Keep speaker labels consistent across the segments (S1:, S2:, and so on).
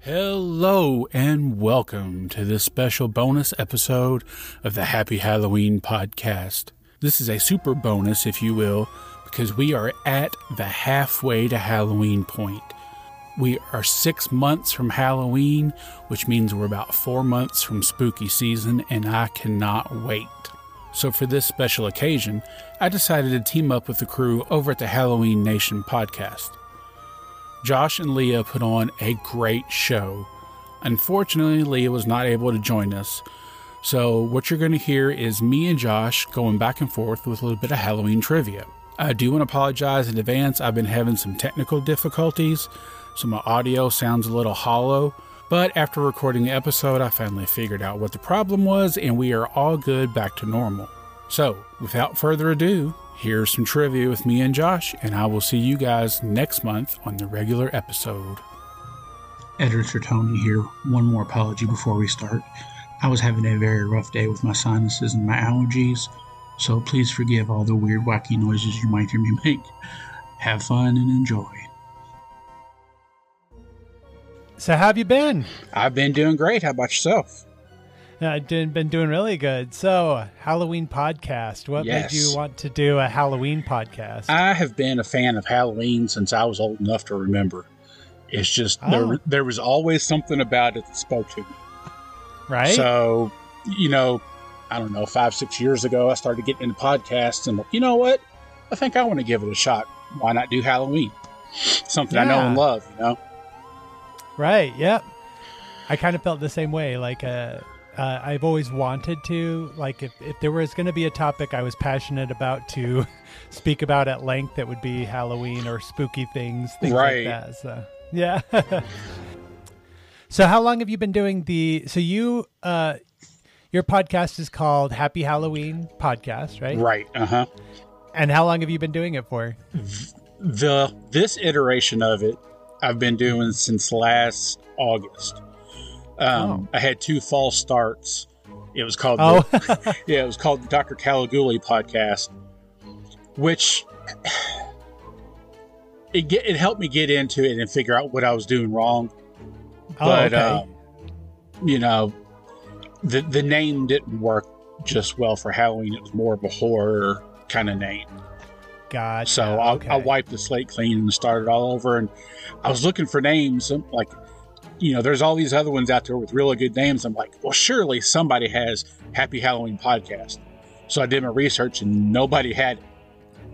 S1: Hello and welcome to this special bonus episode of the Happy Halloween podcast. This is a super bonus, if you will, because we are at the halfway to Halloween point. We are six months from Halloween, which means we're about four months from spooky season, and I cannot wait. So, for this special occasion, I decided to team up with the crew over at the Halloween Nation podcast. Josh and Leah put on a great show. Unfortunately, Leah was not able to join us. So, what you're going to hear is me and Josh going back and forth with a little bit of Halloween trivia. I do want to apologize in advance. I've been having some technical difficulties, so my audio sounds a little hollow. But after recording the episode, I finally figured out what the problem was, and we are all good back to normal. So, without further ado, here's some trivia with me and Josh, and I will see you guys next month on the regular episode. Editor Tony here. One more apology before we start. I was having a very rough day with my sinuses and my allergies, so please forgive all the weird, wacky noises you might hear me make. Have fun and enjoy.
S2: So how have you been?
S1: I've been doing great. How about yourself?
S2: I've been doing really good. So Halloween podcast. What
S1: Yes.
S2: made you want to do a Halloween podcast?
S1: I have been a fan of Halloween since I was old enough to remember. It's just there,
S2: Oh.
S1: there was always something about it that spoke to me.
S2: right?
S1: So, you know, I don't know, five, six years ago, I started getting into podcasts and, like, you know what? I think I want to give it a shot. Why not do Halloween? Something I know
S2: Yeah.
S1: and love, you know?
S2: right. Yep. I kind of felt the same way. Like uh, uh, I've always wanted to. Like if if there was going to be a topic I was passionate about to speak about at length, that would be Halloween or spooky things, things
S1: Right.
S2: like that. So yeah. so how long have you been doing the? So you. Uh, your podcast is called Happy Halloween Podcast, right?
S1: Right. Uh huh.
S2: And how long have you been doing it for?
S1: The this iteration of it I've been doing since last August. Um, I had two false starts. It was called
S2: Oh,
S1: Yeah, it was called the Dr. Caliguli podcast, which it get, it helped me get into it and figure out what I was doing wrong.
S2: oh
S1: But
S2: okay.
S1: uh, you know, the the name didn't work just well for Halloween. It was more of a horror kind of name.
S2: gotcha.
S1: So I,
S2: okay.
S1: I wiped the slate clean and started all over. And I was looking for names. I'm like, you know, there's all these other ones out there with really good names. I'm like, well, surely somebody has Happy Halloween podcast. So I did my research and nobody had it.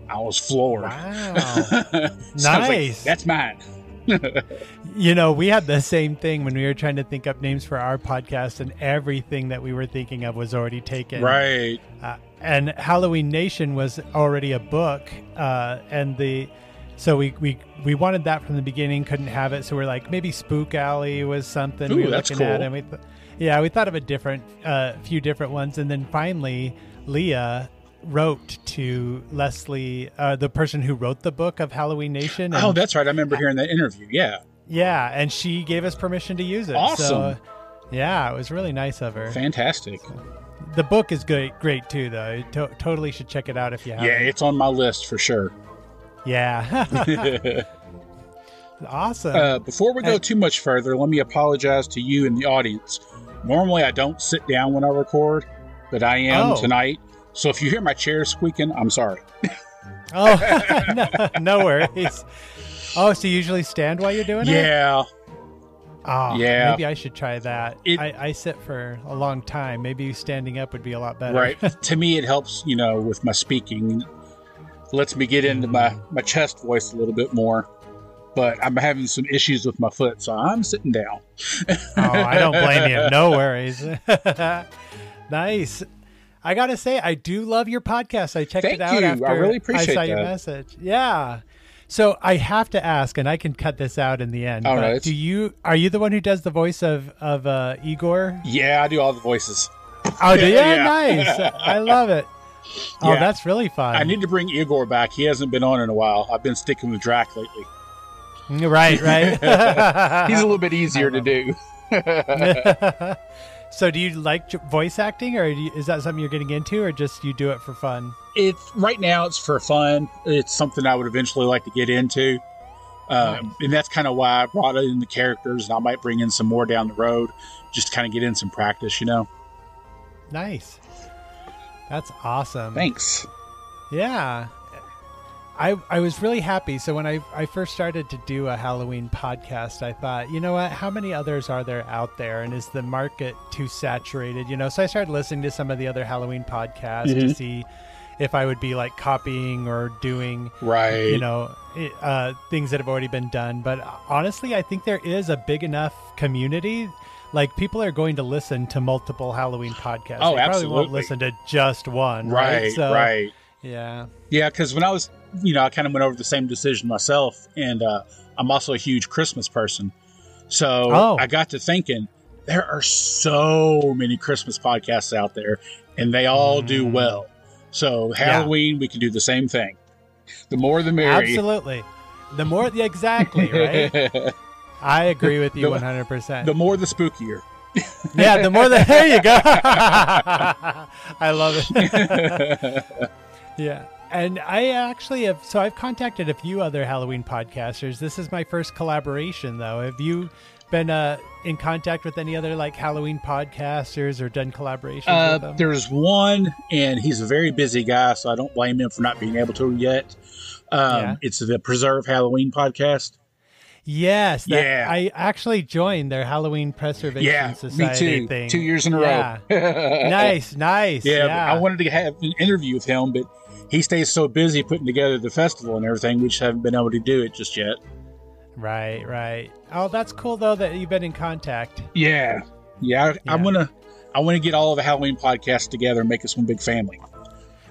S1: I was floored.
S2: Wow.
S1: So I was like,
S2: Nice.
S1: That's mine.
S2: you know, we had the same thing when we were trying to think up names for our podcast, and everything that we were thinking of was already taken.
S1: Right.
S2: Uh, and Halloween Nation was already a book, uh, and the so we, we we wanted that from the beginning, couldn't have it. So we're like, maybe Spook Alley was something we
S1: Ooh,
S2: were
S1: that's
S2: looking at,
S1: cool.
S2: and we th- yeah, we thought of a different, uh, few different ones, and then finally Leah wrote to Leslie, uh, the person who wrote the book of Halloween Nation. And
S1: Oh, that's right. I remember hearing that interview. Yeah.
S2: yeah, and she gave us permission to use it.
S1: Awesome.
S2: So, yeah, it was really nice of her.
S1: Fantastic.
S2: The book is great, great too, though. You to- totally should check it out if you haven't.
S1: Yeah, it's on my list for sure.
S2: Yeah. awesome.
S1: Uh, before we go
S2: Hey.
S1: too much further, let me apologize to you and the audience. Normally, I don't sit down when I record, but I am
S2: Oh.
S1: tonight. So if you hear my chair squeaking, I'm sorry.
S2: oh, no, no worries. Oh, so you usually stand while you're doing it?
S1: Yeah,
S2: Oh,
S1: Yeah.
S2: Maybe I should try that.
S1: It-
S2: I, I sit for a long time. Maybe standing up would be a lot better.
S1: right. to me, it helps, you know, with my speaking. Lets me get into my, my chest voice a little bit more. But I'm having some issues with my foot, so I'm sitting down.
S2: oh, I don't blame you. No worries. nice. I gotta say, I do love your podcast. I checked
S1: Thank
S2: it out
S1: you. I
S2: after
S1: really appreciate
S2: saw your
S1: that.
S2: message. Yeah. So I have to ask, and I can cut this out in the end.
S1: All
S2: but
S1: right.
S2: Do you are you the one who does the voice of of uh, Igor?
S1: Yeah, I do all the voices.
S2: Oh, do you?
S1: Yeah.
S2: Nice. I love it. Oh,
S1: Yeah.
S2: that's really fun.
S1: I need to bring Igor back. He hasn't been on in a while. I've been sticking with Drac lately.
S2: Mm, right, right.
S1: He's a little bit easier to do.
S2: so, do you like j- voice acting, or do you, is that something you're getting into, or just you do it for fun?
S1: it's right now it's for fun. It's something I would eventually like to get into. Uh, And that's kind of why I brought in the characters, and I might bring in some more down the road just to kind of get in some practice, you know?
S2: Nice. That's awesome.
S3: Thanks.
S2: Yeah. I, I was really happy. So when I, I first started to do a Halloween podcast, I thought, you know what? How many others are there out there? And is the market too saturated? You know, so I started listening to some of the other Halloween podcasts to
S3: Mhm.
S2: see if I would be like copying or doing
S1: Right.
S2: you know it, uh, things that have already been done but uh, honestly i think there is a big enough community like people are going to listen to multiple halloween podcasts
S1: Oh,
S2: they probably
S1: absolutely.
S2: won't listen to just one right
S1: right,
S2: So,
S1: right.
S2: yeah
S1: Yeah, because when I was, you know, I kind of went over the same decision myself, and uh, I'm also a huge Christmas person. So
S2: Oh.
S1: I got to thinking, there are so many Christmas podcasts out there, and they all do
S2: Mm.
S1: well. So
S2: Yeah.
S1: Halloween, we can do the same thing.
S3: The more the merrier.
S2: absolutely the more yeah, exactly right i agree with you
S1: The-
S2: 100%
S1: The more, the spookier.
S2: yeah the more the there you go i love it Yeah. And I actually have, so I've contacted a few other Halloween podcasters. This is my first collaboration, though. Have you been uh, in contact with any other like Halloween podcasters or done collaborations with
S1: Uh,
S2: them?
S1: there's one, and he's a very busy guy, so I don't blame him for not being able to yet. Um,
S2: Yeah.
S1: It's the Preserve Halloween podcast.
S2: yes. that-
S1: Yeah.
S2: I actually joined their Halloween Preservation
S1: Yeah, me
S2: Society
S3: too.
S2: thing.
S3: Two years in a
S2: Yeah.
S3: row.
S2: nice, nice.
S1: uh, oh. Yeah,
S2: Yeah.
S1: but I wanted to have an interview with him, but he stays so busy putting together the festival and everything, we just haven't been able to do it just yet.
S2: right, right. Oh, that's cool, though, that you've been in contact.
S1: Yeah, yeah. I, I
S2: Yeah.
S1: want to, I want to get all of the Halloween podcasts together and make us one big family.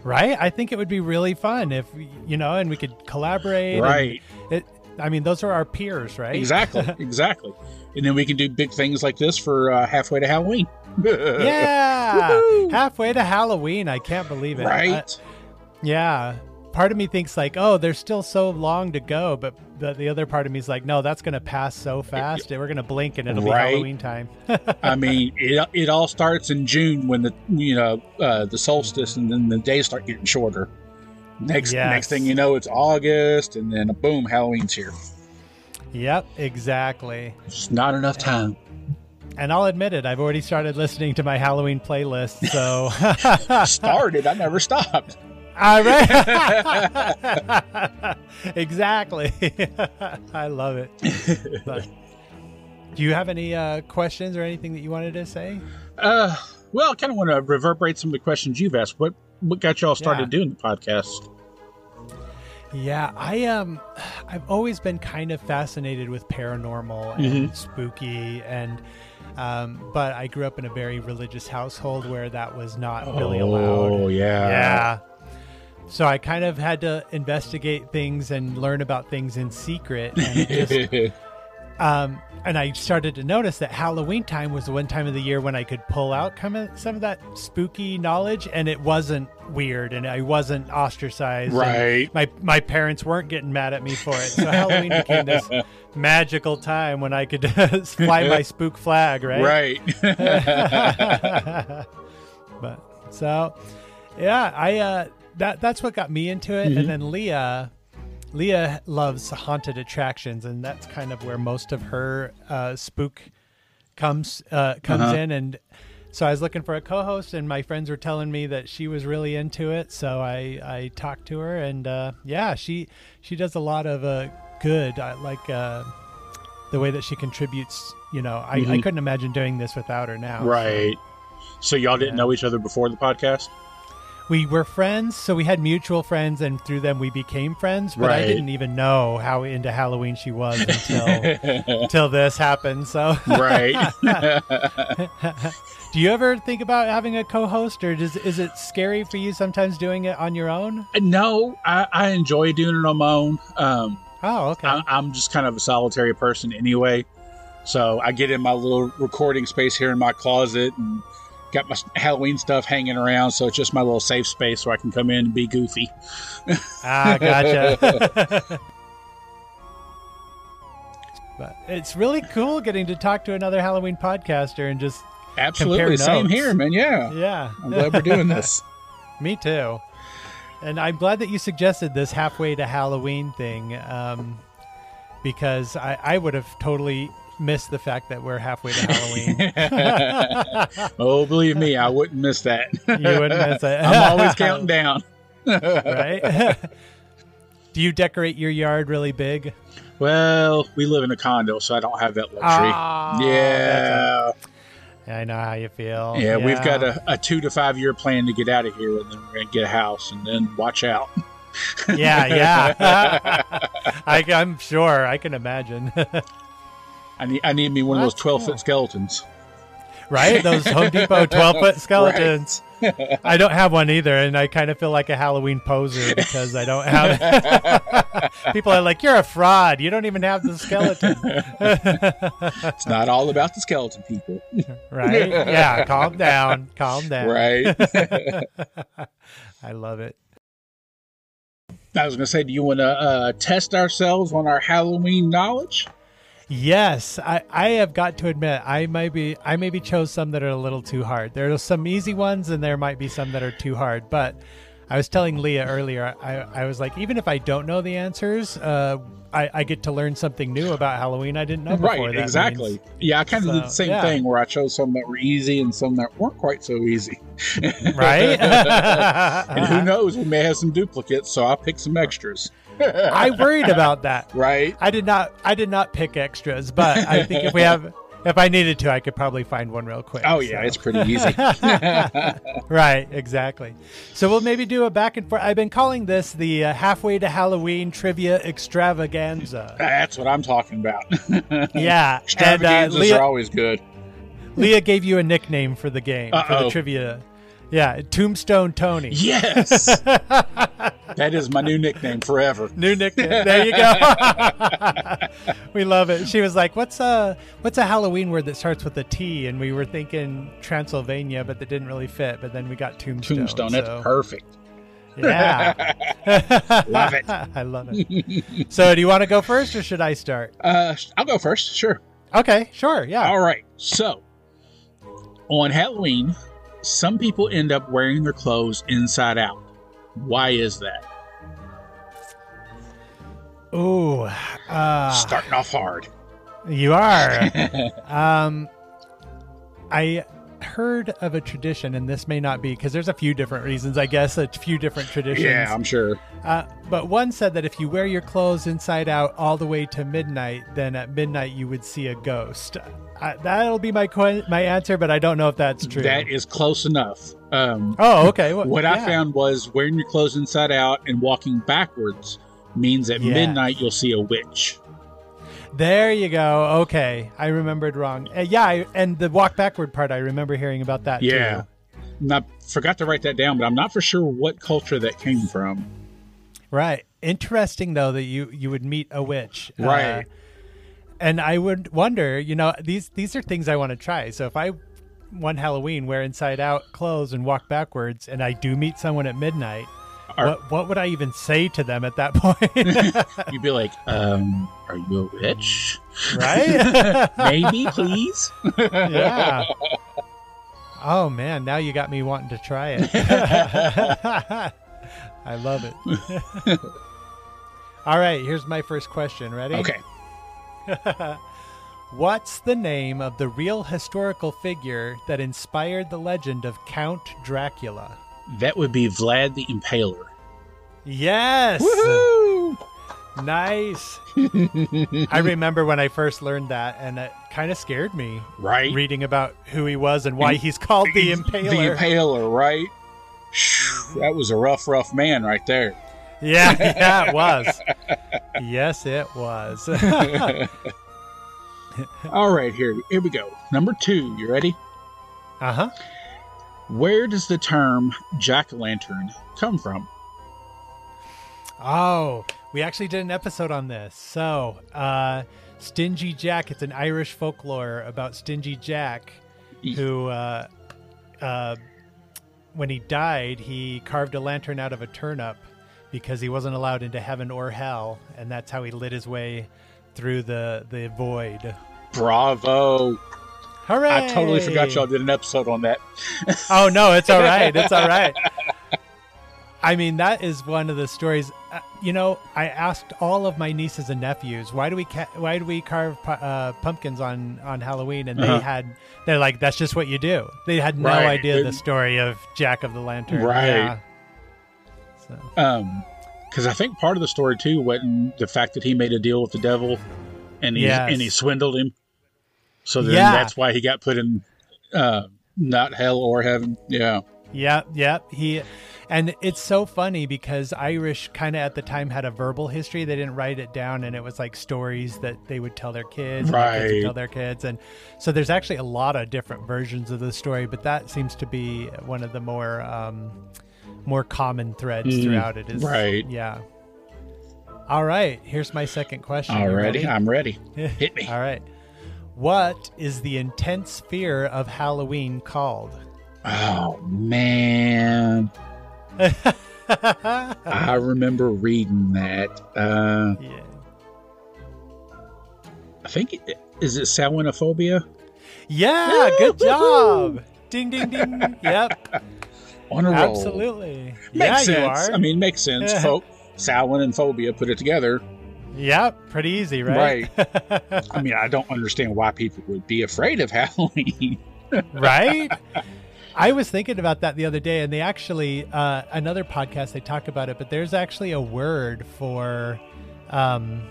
S2: Right? I think it would be really fun if, you know, and we could collaborate. and
S1: Right.
S2: It, I mean, those are our peers, right?
S1: Exactly. exactly. And then we can do big things like this for uh, halfway to Halloween.
S2: Yeah, halfway to Halloween. I can't believe it.
S1: Right.
S2: I- yeah. Part of me thinks like, oh, there's still so long to go, but the, the other part of me is like, no, that's gonna pass so fast. We're gonna blink and it'll
S1: Right.
S2: be Halloween time.
S1: I mean, it, it all starts in June when the you know uh, the solstice, and then the days start getting shorter. Next
S2: Yes.
S1: next thing you know, it's August, and then boom, Halloween's here.
S2: yep, exactly.
S1: It's not enough time.
S2: And I'll admit it, I've already started listening to my Halloween playlist. So,
S1: Started, I never stopped.
S2: all right, exactly. I love it. But- do you have any uh, questions or anything that you wanted to say?
S1: Uh, well, I kind of want to reverberate some of the questions you've asked. What what got y'all started doing the podcast?
S2: Yeah, I um I've always been kind of fascinated with paranormal and
S1: Mm-hmm.
S2: spooky and um but I grew up in a very religious household where that was not really allowed.
S1: Oh, yeah,
S2: Yeah. So I kind of had to investigate things and learn about things in secret and it just um, and I started to notice that Halloween time was the one time of the year when I could pull out kind of some of that spooky knowledge, and it wasn't weird, and I wasn't ostracized. and
S1: Right.
S2: My my parents weren't getting mad at me for it, so Halloween became this magical time when I could fly my spook flag. Right.
S1: right.
S2: but so yeah i uh that that's what got me into it and then leah leah loves haunted attractions and that's kind of where most of her uh spook comes uh comes
S1: Uh-huh.
S2: in and so i was looking for a co-host and my friends were telling me that she was really into it so i i talked to her and uh yeah she she does a lot of uh good I like uh the way that she contributes you know i, I couldn't imagine doing this without her now so-
S1: Mm-hmm. right. So y'all didn't know each other before the podcast?
S2: we were friends, so we had mutual friends, and through them we became friends. But
S1: Right.
S2: I didn't even know how into Halloween she was until until this happened. So,
S1: Right.
S2: do you ever think about having a co-host, or does, is it scary for you sometimes doing it on your own?
S1: no, I, I enjoy doing it on my own. Um,
S2: Oh, okay.
S1: I, I'm just kind of a solitary person anyway. So I get in my little recording space here in my closet and got my Halloween stuff hanging around. So it's just my little safe space where I can come in and be goofy.
S2: ah, gotcha. but it's really cool getting to talk to another Halloween podcaster and just
S1: Absolutely.
S2: Compare
S1: Same
S2: notes.
S1: here, man. Yeah.
S2: yeah.
S1: I'm glad we're doing this.
S2: Me too. And I'm glad that you suggested this halfway to Halloween thing. Um, because I, I would have totally missed the fact that we're halfway to Halloween.
S1: oh, believe me, I wouldn't miss that.
S2: you would miss it.
S1: I'm always counting down.
S2: right? Do you decorate your yard really big?
S1: Well, we live in a condo, so I don't have that luxury.
S2: Ah,
S1: yeah.
S2: I know how you feel.
S1: yeah, we've got a, a two to five year plan to get out of here, and then we're going to get a house, and then watch out.
S2: yeah, yeah. I, I'm sure. I can imagine.
S1: I need, I need me one of those
S4: That's
S1: 12
S4: cool.
S1: foot skeletons.
S2: right? Those Home Depot 12 foot skeletons. I don't have one either, and I kind of feel like a Halloween poser because I don't have. People are like, "You're a fraud. You don't even have the skeleton."
S1: It's not all about the skeleton people,
S2: right? Yeah. Calm down. Calm down.
S1: right?
S2: I love it.
S1: I was going to say, do you want to uh, test ourselves on our Halloween knowledge?
S2: Yes, I, I have got to admit I might be I maybe chose some that are a little too hard. There are some easy ones and there might be some that are too hard, but I was telling Leah earlier, I, I was like, even if I don't know the answers, uh, I, I get to learn something new about Halloween I didn't know before.
S1: right,
S2: that
S1: exactly.
S2: means.
S1: Yeah, I kind of did
S2: So,
S1: the same
S2: yeah.
S1: thing where I chose some that were easy and some that weren't quite so easy.
S2: Right?
S1: And
S2: Uh-huh.
S1: who knows, we may have some duplicates, so I'll pick some extras.
S2: I worried about that.
S1: Right?
S2: I did not I did not pick extras, but I think if we have if I needed to, I could probably find one real quick.
S1: Oh, yeah,
S2: so.
S1: it's pretty easy.
S2: Right, exactly. So we'll maybe do a back and forth. I've been calling this the uh, halfway to Halloween trivia extravaganza.
S1: That's what I'm talking about.
S2: uh, Yeah, and uh,
S1: Extravaganzas are
S2: Leah,
S1: always good.
S2: Leah gave you a nickname for the game for
S1: Uh-oh.
S2: the trivia. Yeah, Tombstone Tony.
S1: Yes. that is my new nickname forever.
S2: New nickname. There you go. we love it. She was like, "What's a what's a Halloween word that starts with a T?" And we were thinking Transylvania, but that didn't really fit. But then we got Tombstone.
S1: Tombstone.
S2: so-
S1: That's perfect.
S2: Yeah.
S1: Love it.
S2: I love it. So, do you want to go first or should I start?
S1: Uh, sh- I'll go first. Sure.
S2: Okay, sure. Yeah.
S1: All right. So, on Halloween, some people end up wearing their clothes inside out. Why is that?
S2: Ooh. Uh,
S1: Starting off hard.
S2: you are. Um, I heard of a tradition, and this may not be because there's a few different reasons, I guess, a few different traditions.
S1: Yeah, I'm sure.
S2: Uh, but one said that if you wear your clothes inside out all the way to midnight, then at midnight you would see a ghost. I, that'll be my que- my answer, but I don't know if that's true.
S1: That is close enough. Um,
S2: oh, okay. Well,
S1: what I
S2: yeah.
S1: found was wearing your clothes inside out and walking backwards means at
S2: Yeah.
S1: midnight you'll see a witch.
S2: There you go. Okay, I remembered wrong. Uh, yeah, I, and the walk backward part, I remember hearing about that.
S1: Yeah.
S2: too.
S1: And I forgot to write that down, but I'm not for sure what culture that came from.
S2: right. Interesting though that you you would meet a witch. Uh,
S1: Right.
S2: and I would wonder, you know, these these are things I want to try. So if I one Halloween wear inside out clothes and walk backwards, and I do meet someone at midnight.
S1: Are-
S2: What, what would I even say to them at that point?
S1: You'd be like, um, are you a witch?
S2: right?
S1: Maybe, please.
S2: yeah. Oh man, now you got me wanting to try it. I love it. All right, here's my first question. Ready?
S1: Okay.
S2: What's the name of the real historical figure that inspired the legend of Count Dracula?
S1: That would be Vlad the Impaler.
S2: Yes.
S1: Woohoo!
S2: Nice. I remember when I first learned that, and it kind of scared me
S1: Right?
S2: reading about who he was and why he's called the Impaler.
S1: The Impaler, right? Phew, That was a rough, rough man right there.
S2: Yeah, yeah, it was. yes, it was. uh
S1: All right, here, here we go. Number two, you ready?
S2: huh.
S1: Where does the term jack o' lantern come from?
S2: Oh, we actually did an episode on this. So, uh, Stingy Jack, it's an Irish folklore about Stingy Jack who, uh, uh, when he died, he carved a lantern out of a turnip because he wasn't allowed into heaven or hell. And that's how he lit his way through the, the void.
S1: Bravo!
S2: Hooray!
S1: I totally forgot y'all did an episode on that.
S2: Oh no, it's all right. It's all right. I mean, that is one of the stories. uh, you know, I asked all of my nieces and nephews, why do we ca- why do we carve pu- uh, pumpkins on on Halloween? And
S1: Uh-huh.
S2: they had they're like, that's just what you do. They had no
S1: Right.
S2: idea the
S1: It-
S2: story of Jack of the Lantern.
S1: Right.
S2: Yeah. So
S1: Um, because I think part of the story too wasn't the fact that he made a deal with the devil, and he
S2: Yes.
S1: and he swindled him. So then
S2: Yeah.
S1: that's why he got put in, uh, not hell or heaven. Yeah.
S2: Yep, yep. He and it's so funny because Irish kind of at the time had a verbal history. They didn't write it down and it was like stories that they would tell their kids, and their kids would
S1: Right.
S2: tell their kids and so there's actually a lot of different versions of the story, but that seems to be one of the more um more common threads
S1: Mm,
S2: throughout it is
S1: right.
S2: Yeah. All right, here's my second question. You
S1: Already,
S2: ready?
S1: I'm ready. Hit me.
S2: All right. What is the intense fear of Halloween called?
S1: Oh man, I remember reading that. Uh,
S2: yeah.
S1: I think it, is it salmonophobia.
S2: Yeah, good job. Ding ding ding. Yep,
S1: On a roll.
S2: absolutely.
S1: Makes
S2: yeah,
S1: sense.
S2: you are.
S1: I mean, makes sense. Folk, Salwin and phobia put it together.
S2: yep, pretty easy, right? Right.
S1: I mean, I don't understand why people would be afraid of Halloween.
S2: I was thinking about that the other day, and they actually uh, another podcast they talk about it, but there's actually a word for um,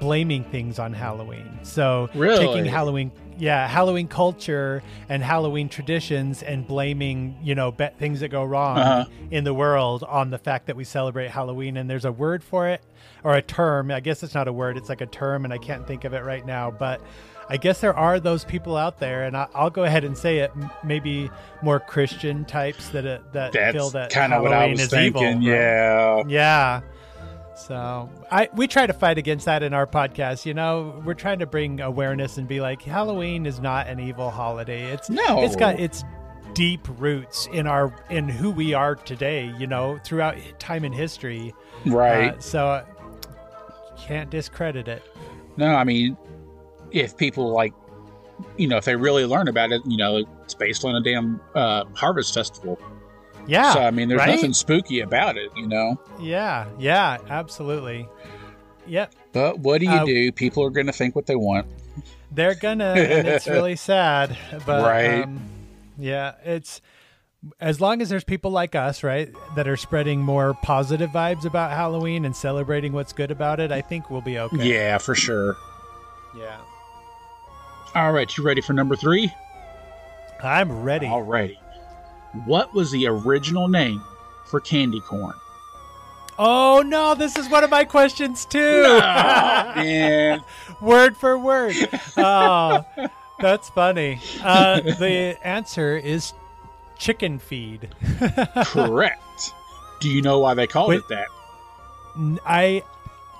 S2: blaming things on Halloween. So taking
S1: Really?
S2: Halloween, yeah, Halloween culture and Halloween traditions, and blaming you know be- things that go wrong.
S1: Uh-huh.
S2: in the world on the fact that we celebrate Halloween, and there's a word for it or a term. I guess it's not a word, it's like a term, and I can't think of it right now. But I guess there are those people out there, and I, I'll go ahead and say it m- maybe more Christian types that uh, that feel
S1: That's
S2: that
S1: kind of what I
S2: Halloween
S1: was
S2: is
S1: thinking.
S2: evil.
S1: yeah.
S2: Yeah. So I we try to fight against that in our podcast. You know, we're trying to bring awareness and be like, Halloween is not an evil holiday. It's
S1: No.
S2: it's got its deep roots in our in who we are today. You know, throughout time in history.
S1: Right.
S2: Uh, so uh, can't discredit it.
S1: no, I mean, if people like, you know, if they really learn about it, you know, it's based on a damn uh, harvest festival.
S2: Yeah.
S1: so, I mean, there's
S2: right?
S1: nothing spooky about it, you know.
S2: yeah. Yeah. Absolutely. Yep.
S1: But what do you
S2: Uh,
S1: do? People are going to think what they want.
S2: They're gonna, and it's really sad. But
S1: Right.
S2: um, yeah, it's as long as there's people like us, right, that are spreading more positive vibes about Halloween and celebrating what's good about it, I think we'll be okay.
S1: Yeah, for sure.
S2: Yeah.
S1: All right, you ready for number three?
S2: I'm ready.
S1: All righty. What was the original name for candy corn?
S2: Oh no, this is one of my questions too.
S1: Oh, man.
S2: word for word. Oh, that's funny. Uh, the answer is chicken feed.
S1: Correct. Do you know why they called
S2: Wait.
S1: it that?
S2: N- I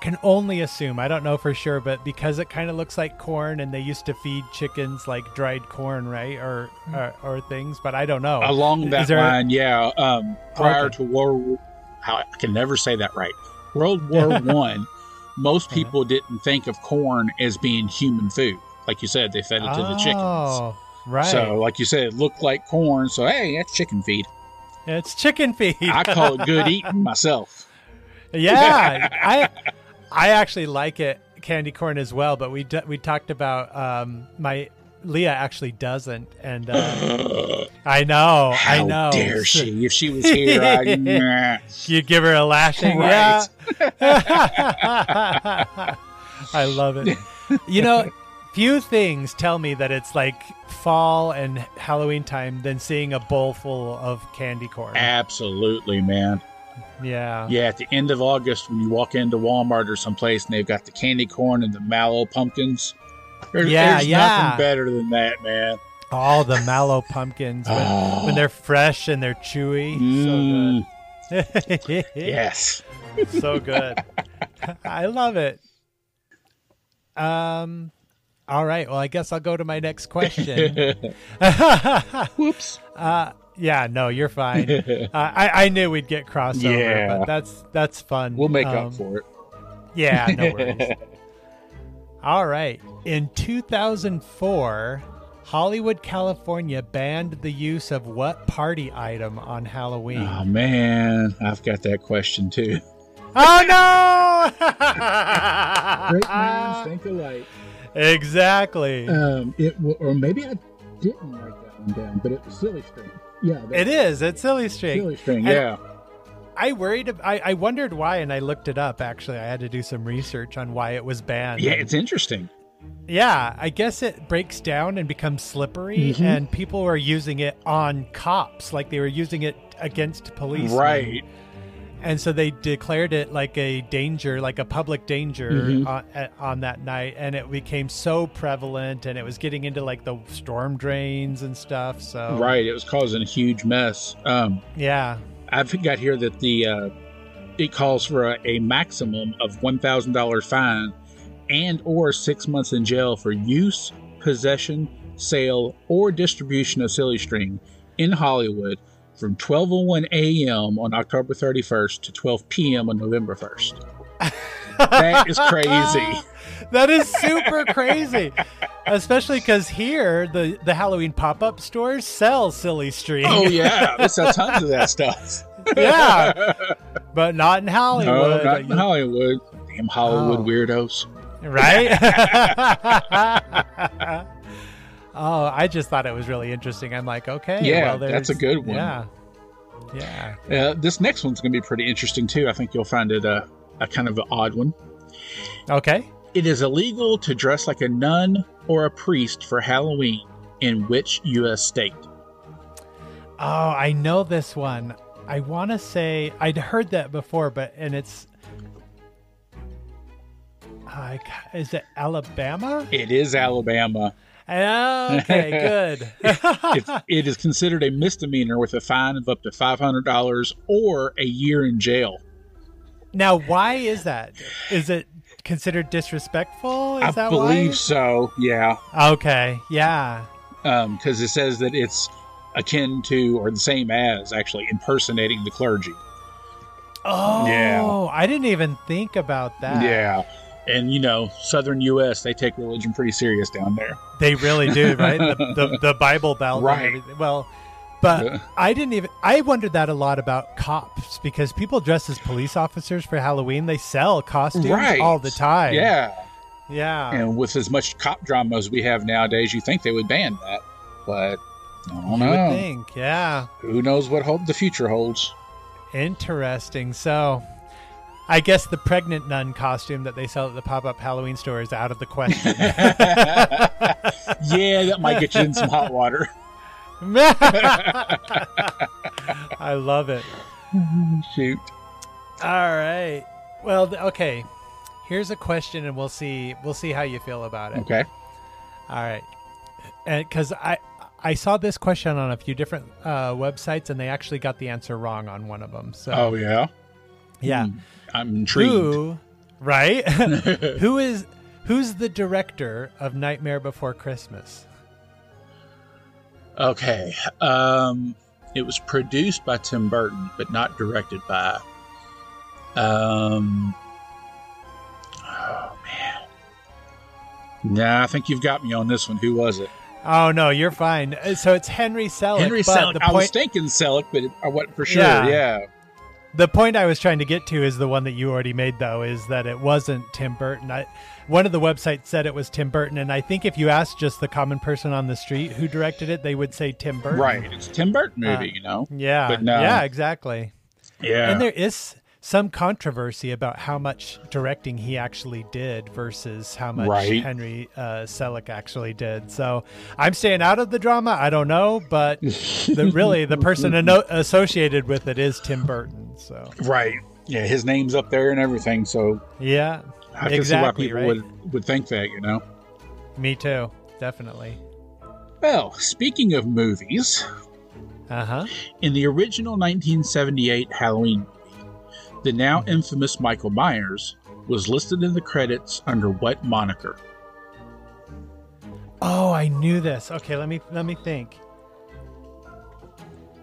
S2: can only assume. I don't know for sure, but because it kind of looks like corn, and they used to feed chickens like dried corn, right, or
S1: Hmm.
S2: or, or things. But I don't know.
S1: Along
S2: Oh. Is
S1: that
S2: there- Oh,
S1: line, yeah. Um, prior
S2: Okay.
S1: to World, how I can never say that right. World War One,
S2: Uh-huh.
S1: most people didn't think of corn as being human food. Like you said, they fed it to the chickens.
S2: Oh, right.
S1: So, like you said, it looked like corn. So, hey, that's chicken feed.
S2: it's chicken feed.
S1: I call it good eating myself.
S2: yeah, I I actually like it candy corn as well. But we d- we talked about um my Leah actually doesn't, and uh, I know,
S1: How
S2: I know.
S1: dare
S2: So-
S1: she? If she was here, I'd, nah.
S2: You'd give her a lashing,
S1: Right.
S2: yeah. I love it. You know, few things tell me that it's like fall and Halloween time than seeing a bowl full of candy corn.
S1: Ah. absolutely, man.
S2: Yeah.
S1: Yeah, at the end of August, when you walk into Walmart or someplace and they've got the candy corn and the mallow pumpkins, there-
S2: Yeah,
S1: there's
S2: yeah.
S1: nothing better than that, man.
S2: All the mallow pumpkins when,
S1: Oh.
S2: when they're fresh and they're chewy.
S1: Mm,
S2: So good.
S1: Yes.
S2: so good. I love it. Um all right, well I guess I'll go to my next question.
S1: Whoops.
S2: Uh, yeah, no, you're fine. uh, I, I knew we'd get crossover,
S1: Yeah.
S2: but that's that's fun.
S1: We'll make
S2: Um,
S1: up for it.
S2: Yeah, no worries. All right. In 2004, Hollywood, California banned the use of
S1: Ah,
S2: what party item on Halloween?
S1: Oh, man. I've got that question too.
S2: oh no!
S1: Great minds think alike.
S2: exactly.
S1: Uh-uh. Um, it will, or maybe I didn't write that one down, but it was silly string. Yeah, that-
S2: It is. It's silly string.
S1: silly string.
S2: And-
S1: yeah,
S2: I worried. ab- I, I wondered why, and I looked it up. Actually, I had to do some research on why it was banned.
S1: yeah, it's interesting.
S2: Yeah, I guess it breaks down and becomes slippery,
S1: Mhm.
S2: and people were using it on cops, like they were using it against police.
S1: Right.
S2: And so they declared it like a danger, like a public danger
S1: Mhm.
S2: on, a- on that night, and it became so prevalent, and it was getting into like the storm drains and stuff. So
S1: Right, it was causing a huge mess. Um,
S2: yeah,
S1: I've got here that the uh, it calls for a, a maximum of one thousand dollar fine and or six months in jail for use, possession, sale, or distribution of silly string in Hollywood from twelve oh one a.m. on October thirty first to twelve p.m. on November first. That is crazy.
S2: that is super crazy, especially because here the the Halloween pop up stores sell silly string.
S1: oh yeah, they sell tons of that stuff.
S2: yeah, but not in
S1: no,
S2: Hollywood. uh,
S1: not in
S2: You-
S1: Hollywood. Damn Hollywood
S2: Oh.
S1: weirdos.
S2: right? oh, I just thought it was really interesting. I'm like, okay,
S1: Yeah,
S2: well,
S1: that's
S2: there's-
S1: a good one.
S2: Yeah, yeah.
S1: Uh, this next one's going to be pretty interesting too. I think you'll find it a, a kind of an odd one.
S2: Okay.
S1: It is illegal to dress like a nun or a priest for Halloween in which U.S. state?
S2: Oh, I know this one. I want to say I'd heard that before, but and it's. I ca- is it Alabama?
S1: It is Alabama.
S2: Okay, good.
S1: It, it is considered a misdemeanor with a fine of up to five hundred dollars or a year in jail.
S2: now, why is that? Is it considered disrespectful? Is
S1: I
S2: that
S1: believe so. Yeah,
S2: why? Okay, yeah.
S1: because it says that it's akin to or the same as actually impersonating the clergy.
S2: Oh, I didn't even think about that.
S1: Yeah. And you know, Southern U.S. they take religion pretty serious down there.
S2: They really do, right? The, the, the Bible Belt. and
S1: Right.
S2: everything. Well, but
S1: Yeah.
S2: I didn't even, I wondered that a lot about cops because people dress as police officers for Halloween. They sell costumes
S1: Right.
S2: all the time.
S1: Yeah.
S2: Yeah.
S1: and with as much cop drama as we have nowadays, you think they would ban that. But I don't
S2: You would
S1: know.
S2: think. Yeah.
S1: Who knows what hope the future holds?
S2: Interesting. So I guess the pregnant nun costume that they sell at the pop up Halloween store is out of the question.
S1: Yeah, that might get you in some hot water.
S2: I love it.
S1: Shoot.
S2: All right. Well, th- okay. Here's a question, and we'll see. We'll see how you feel about it.
S1: Okay.
S2: All right. And because I I saw this question on a few different uh, websites, and they actually got the answer wrong on one of them. So
S1: Oh yeah. Hmm.
S2: yeah.
S1: I'm intrigued.
S2: Who? Right. Who is? Who's the director of Nightmare Before Christmas?
S1: Okay. Um, it was produced by Tim Burton, but not directed by. Um. Oh man. Nah, I think you've got me on this one. Who was it?
S2: Oh no, you're fine. Uh, So it's Henry Selick.
S1: Henry
S2: but
S1: Selick.
S2: The
S1: I was
S2: point,
S1: thinking Selick, but it, I wasn't for sure.
S2: Yeah.
S1: yeah.
S2: the point I was trying to get to is the one that you already made, though, is that it wasn't Tim Burton. I, one of the websites said it was Tim Burton, and I think if you asked just the common person on the street who directed it, they would say Tim Burton.
S1: Right. It's a Tim Burton
S2: Uh,
S1: movie, you know?
S2: Yeah.
S1: But no.
S2: Yeah. Exactly.
S1: Yeah.
S2: And there is some controversy about how much directing he actually did versus how much
S1: Right.
S2: Henry uh, Selick actually did. So I'm staying out of the drama. I don't know, but the, really the person ano- associated with it is Tim Burton. So
S1: right. Yeah, his name's up there and everything, so
S2: yeah,
S1: I can
S2: Exactly,
S1: see why people
S2: right.
S1: would, would think that, you know?
S2: me too, definitely.
S1: Well, speaking of movies,
S2: Uh huh.
S1: in the original 1978 Halloween movie, the now infamous Michael Myers was listed in the credits under what moniker?
S2: Oh, I knew this. Okay, let me let me think.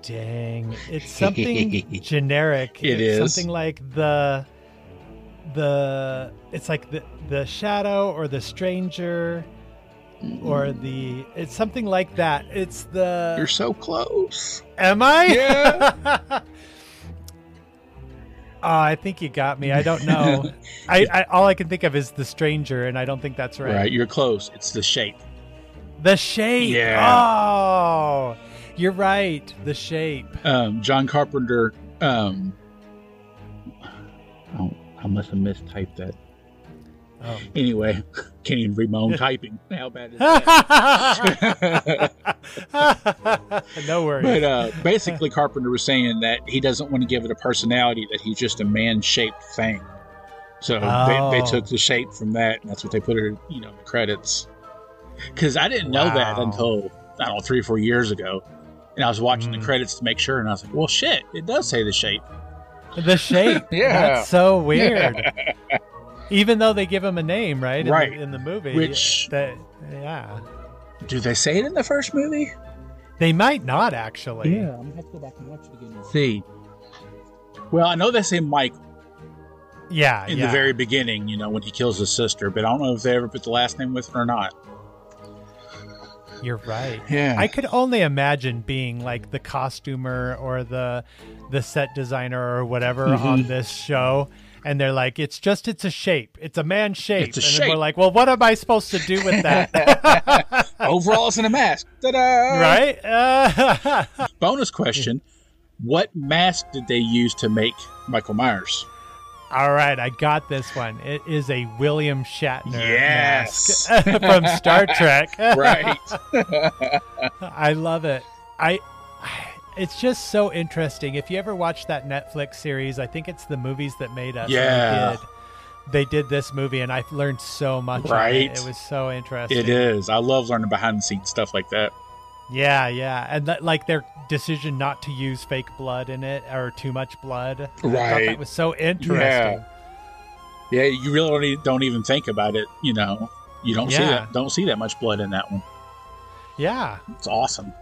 S2: Dang, it's something generic.
S1: It
S2: it's
S1: is.
S2: something like the the it's like the the shadow or the stranger or the it's something like that. It's the
S1: You're so close.
S2: am I?
S1: Yeah.
S2: Oh, I think you got me. I don't know. I, I all I can think of is the stranger, and I don't think that's right.
S1: Right, you're close. It's the shape.
S2: The shape.
S1: Yeah.
S2: Oh, you're right. The shape.
S1: Um, John Carpenter. Um, oh, I must have mistyped that.
S2: Oh.
S1: Anyway, can't even read my own typing. How bad is that?
S2: no
S1: But
S2: worries.
S1: uh, basically, Carpenter was saying that he doesn't want to give it a personality, that he's just a man shaped thing. So they, they
S2: Oh.
S1: took the shape from that, and that's what they put it, you know, in the credits. Because I didn't know that
S2: Wow.
S1: until, I don't know, three or four years ago. And I was watching
S2: Mm.
S1: the credits to make sure, and I was like, well, shit, it does say the shape.
S2: the shape.
S1: uh, Yeah.
S2: That's so weird. Even though they give him a name, right? in the-
S1: Right.
S2: In the, movie.
S1: Which-
S2: that- yeah.
S1: Do they say it in the first movie?
S2: They might not actually.
S1: I'm going to have to go back and watch it again and see. Well, I know they say Mike
S2: Yeah.
S1: in
S2: yeah.
S1: the very beginning, you know, when he kills his sister, but I don't know if they ever put the last name with it or not.
S2: You're right.
S1: Yeah.
S2: I could only imagine being like the costumer or the the set designer or whatever
S1: Mm-hmm.
S2: on this show. And they're like, it's just, it's a shape. It's a man shape.
S1: It's a
S2: and then
S1: shape.
S2: we're like, well, what am I supposed to do with that?
S1: overalls and a mask. Ta-da!
S2: right? Uh,
S1: Bonus question: What mask did they use to make Michael Myers?
S2: all right, I got this one. It is a William Shatner
S1: Yes.
S2: mask from Star Trek.
S1: Right.
S2: I love it. I it's just so interesting. If you ever watch that Netflix series, I think it's the movies that made us. when we
S1: Yeah.
S2: did. They did this movie and I learned so much. on
S1: Right.
S2: It. it was so interesting.
S1: it is. I love learning behind the scenes stuff like that.
S2: Yeah, yeah. And that, like their decision not to use fake blood in it or too much blood. I thought
S1: Right.
S2: that was so interesting.
S1: Yeah, you really don't even think about it. You know, you don't see
S2: Yeah.
S1: that. Don't see that much blood in that one.
S2: Yeah.
S1: It's awesome.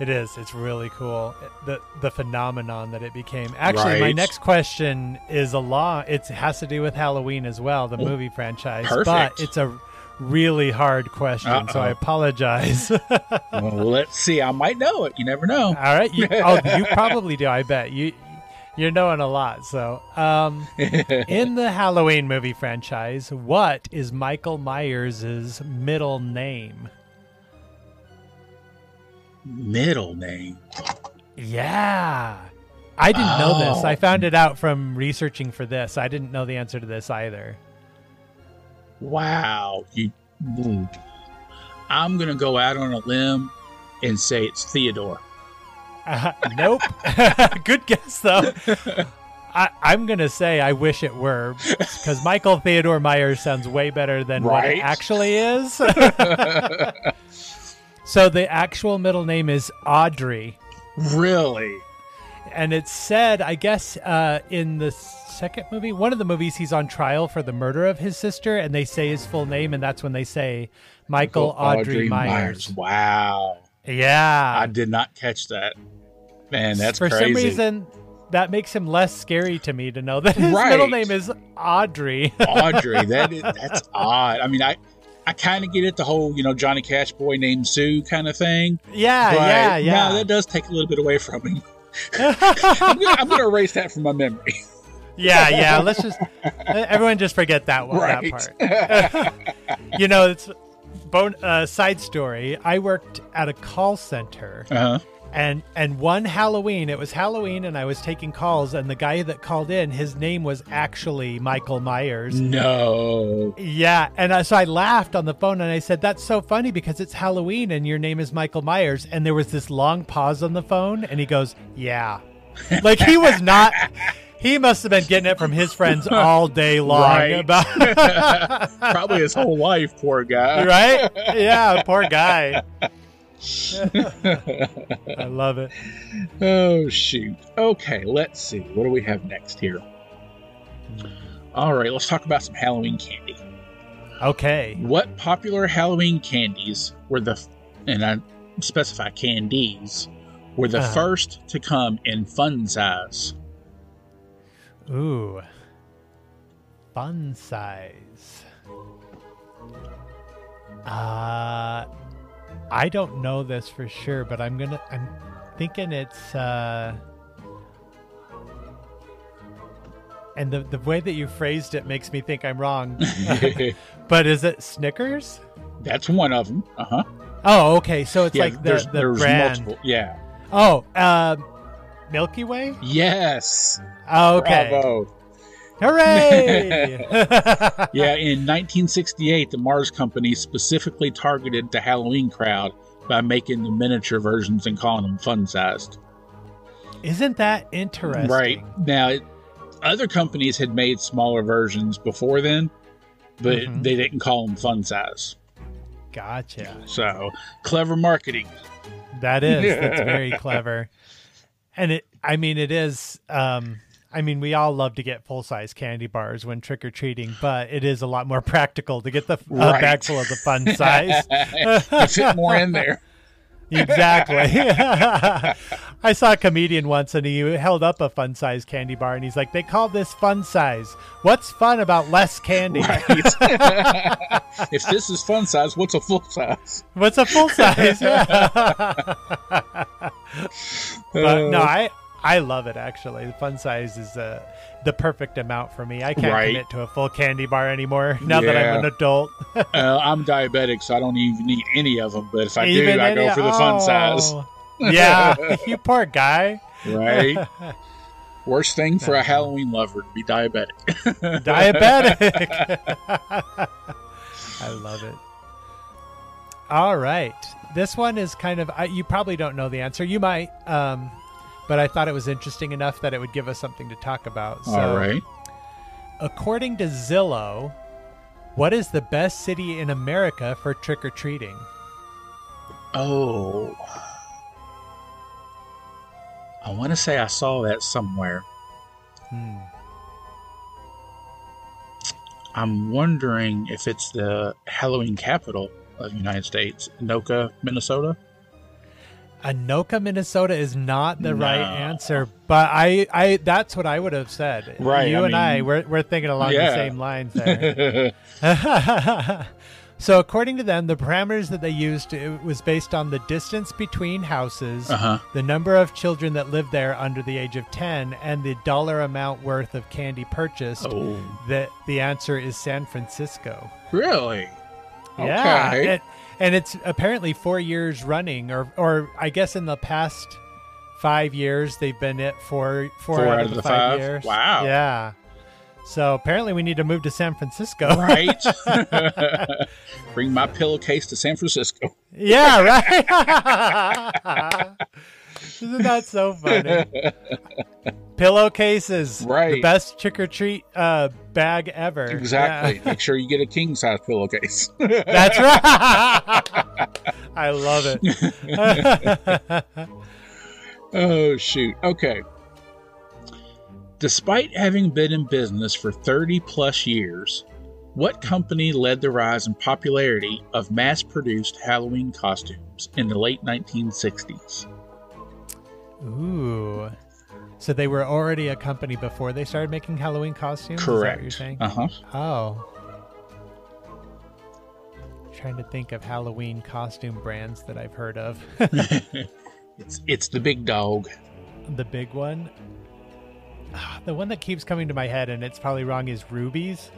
S2: It is. It's really cool. The the phenomenon that it became. Actually, my
S1: Right.
S2: next question is a law. It has to do with Halloween as well, the movie franchise. But
S1: Oh, perfect.
S2: it's a really hard question, so I
S1: Uh-oh.
S2: apologize. All
S1: well, let's see. I might know it. You never know.
S2: right. You, oh, you probably do. I bet you. You're knowing a lot. So, um, in the Halloween movie franchise, what is Michael Myers' middle name?
S1: Middle name.
S2: Yeah. I didn't know this.
S1: Oh.
S2: I found it out from researching for this. I didn't know the answer to this either.
S1: Wow. You. mm. I'm gonna go out on a limb and say it's Theodore.
S2: Uh, nope. Good guess, though. I, I'm going to say I wish it were because Michael Theodore Myers sounds way better than what
S1: Right?
S2: it actually is. so the actual middle name is Audrey.
S1: Really?
S2: and it's said i guess uh, in the second movie one of the movies he's on trial for the murder of his sister and they say his full name and that's when they say michael, audrey, myers.
S1: Wow. I
S2: yeah
S1: did not catch that. Man, that's
S2: for
S1: crazy.
S2: some reason that makes him less scary to me to know that his
S1: Right.
S2: middle name is audrey
S1: Audrey, that is, that's odd. I mean, I I kind of get it the whole, you know, Johnny Cash boy named Sue kind of thing.
S2: yeah
S1: but
S2: Ah, yeah
S1: No,
S2: yeah
S1: that does take a little bit away from me. I'm gonna, I'm gonna erase that from my memory.
S2: yeah yeah let's just everyone just forget that one that
S1: Right.
S2: part you know it's bone uh, side story i worked at a call center
S1: Uh-huh.
S2: and and one halloween it was halloween and i was taking calls and the guy that called in his name was actually michael myers
S1: No.
S2: yeah and I, so i laughed on the phone and i said that's so funny because it's halloween and your name is michael myers and there was this long pause on the phone and he goes yeah like he was not he must have been getting it from his friends all day long
S1: Right.
S2: about
S1: Probably his whole life, poor guy.
S2: right yeah poor guy i love it
S1: Oh shoot. Okay, let's see. What do we have next here? All right, let's talk about some Halloween candy.
S2: okay
S1: What popular Halloween candies were the and I specify candies were the
S2: Uh-huh.
S1: first to come in fun size?
S2: Ooh. Fun size. Uh I don't know this for sure, but I'm gonna I'm thinking it's uh And the, the way that you phrased it makes me think I'm wrong. but is it Snickers?
S1: That's one of them. Uh huh.
S2: Oh, okay. So it's
S1: yeah,
S2: like the,
S1: there's,
S2: the
S1: there's
S2: brand.
S1: multiple. Yeah.
S2: Oh, um Milky Way?
S1: Yes.
S2: Oh, okay.
S1: Bravo.
S2: Hooray!
S1: Yeah, in 1968, the Mars Company specifically targeted the Halloween crowd by making the miniature versions and calling them fun sized.
S2: Isn't that interesting?
S1: Right. Now, it, other companies had made smaller versions before then, but
S2: Mhm.
S1: they didn't call them fun size.
S2: Gotcha.
S1: So, clever marketing.
S2: That is. That's very clever. And it, I mean, it is. Um, I mean, we all love to get full size candy bars when trick or treating, but it is a lot more practical to get the uh,
S1: Right.
S2: bag full of the fun size.
S1: to fit more in there.
S2: Exactly. I saw a comedian once and he held up a fun size candy bar and he's like, they call this fun size. What's fun about less candy?
S1: Right. if this is fun size, what's a full size?
S2: What's a full size? Yeah.
S1: Uh,
S2: but no, I, I love it actually. The fun size is uh, the perfect amount for me. I can't
S1: Right.
S2: commit to a full candy bar anymore now that I'm
S1: Yeah.
S2: an adult.
S1: Uh, I'm diabetic, so I don't even eat any of them. But if I do, I go for the fun size.
S2: oh. yeah, you poor guy.
S1: Right. Worst thing for a Halloween lover to be diabetic.
S2: diabetic. I love it. All right. This one is kind of, I- you probably don't know the answer. You might, um, but I thought it was interesting enough that it would give us something to talk about. So,
S1: All right.
S2: according to Zillow, what is the best city in America for trick or treating?
S1: Oh. I want to say I saw that somewhere.
S2: Hmm.
S1: I'm wondering if it's the Halloween capital of the United States, Anoka, Minnesota.
S2: Anoka, Minnesota is not the right
S1: No.
S2: answer, but I, I that's what I would have said.
S1: Right,
S2: You
S1: I
S2: and I,
S1: mean-
S2: we're, we're thinking along
S1: Yeah.
S2: the same lines there.
S1: Uh-huh.
S2: so according to them the parameters that they used it was based on the distance between houses
S1: Uh-huh.
S2: the number of children that lived there under the age of 10 and the dollar amount worth of candy purchased
S1: Oh,
S2: that the answer is san francisco
S1: really?
S2: yeah
S1: Okay.
S2: and, and it's apparently four years running or or i guess in the past five years they've been it for four, out, of, the five, years
S1: Wow.
S2: yeah so apparently we need to move to san francisco
S1: Right. Bring my pillowcase to San Francisco.
S2: Yeah, right. Isn't that so funny? Pillowcases,
S1: Right.
S2: The best trick or treat uh, bag ever.
S1: Exactly. Make sure you get a king size pillowcase.
S2: Yeah. that's right. I love it.
S1: Oh, shoot. Okay. Despite having been in business for 30 plus years, what company led the rise in popularity of mass produced Halloween costumes in the late 1960s?
S2: Ooh. So they were already a company before they started making Halloween costumes. is that what you're
S1: Correct.
S2: saying?
S1: Uh huh.
S2: Oh. Trying to think of Halloween costume brands that I've heard of.
S1: It's, it's the big dog.
S2: The big one. Ah, The one that keeps coming to my head, and it's probably wrong, is Ruby's.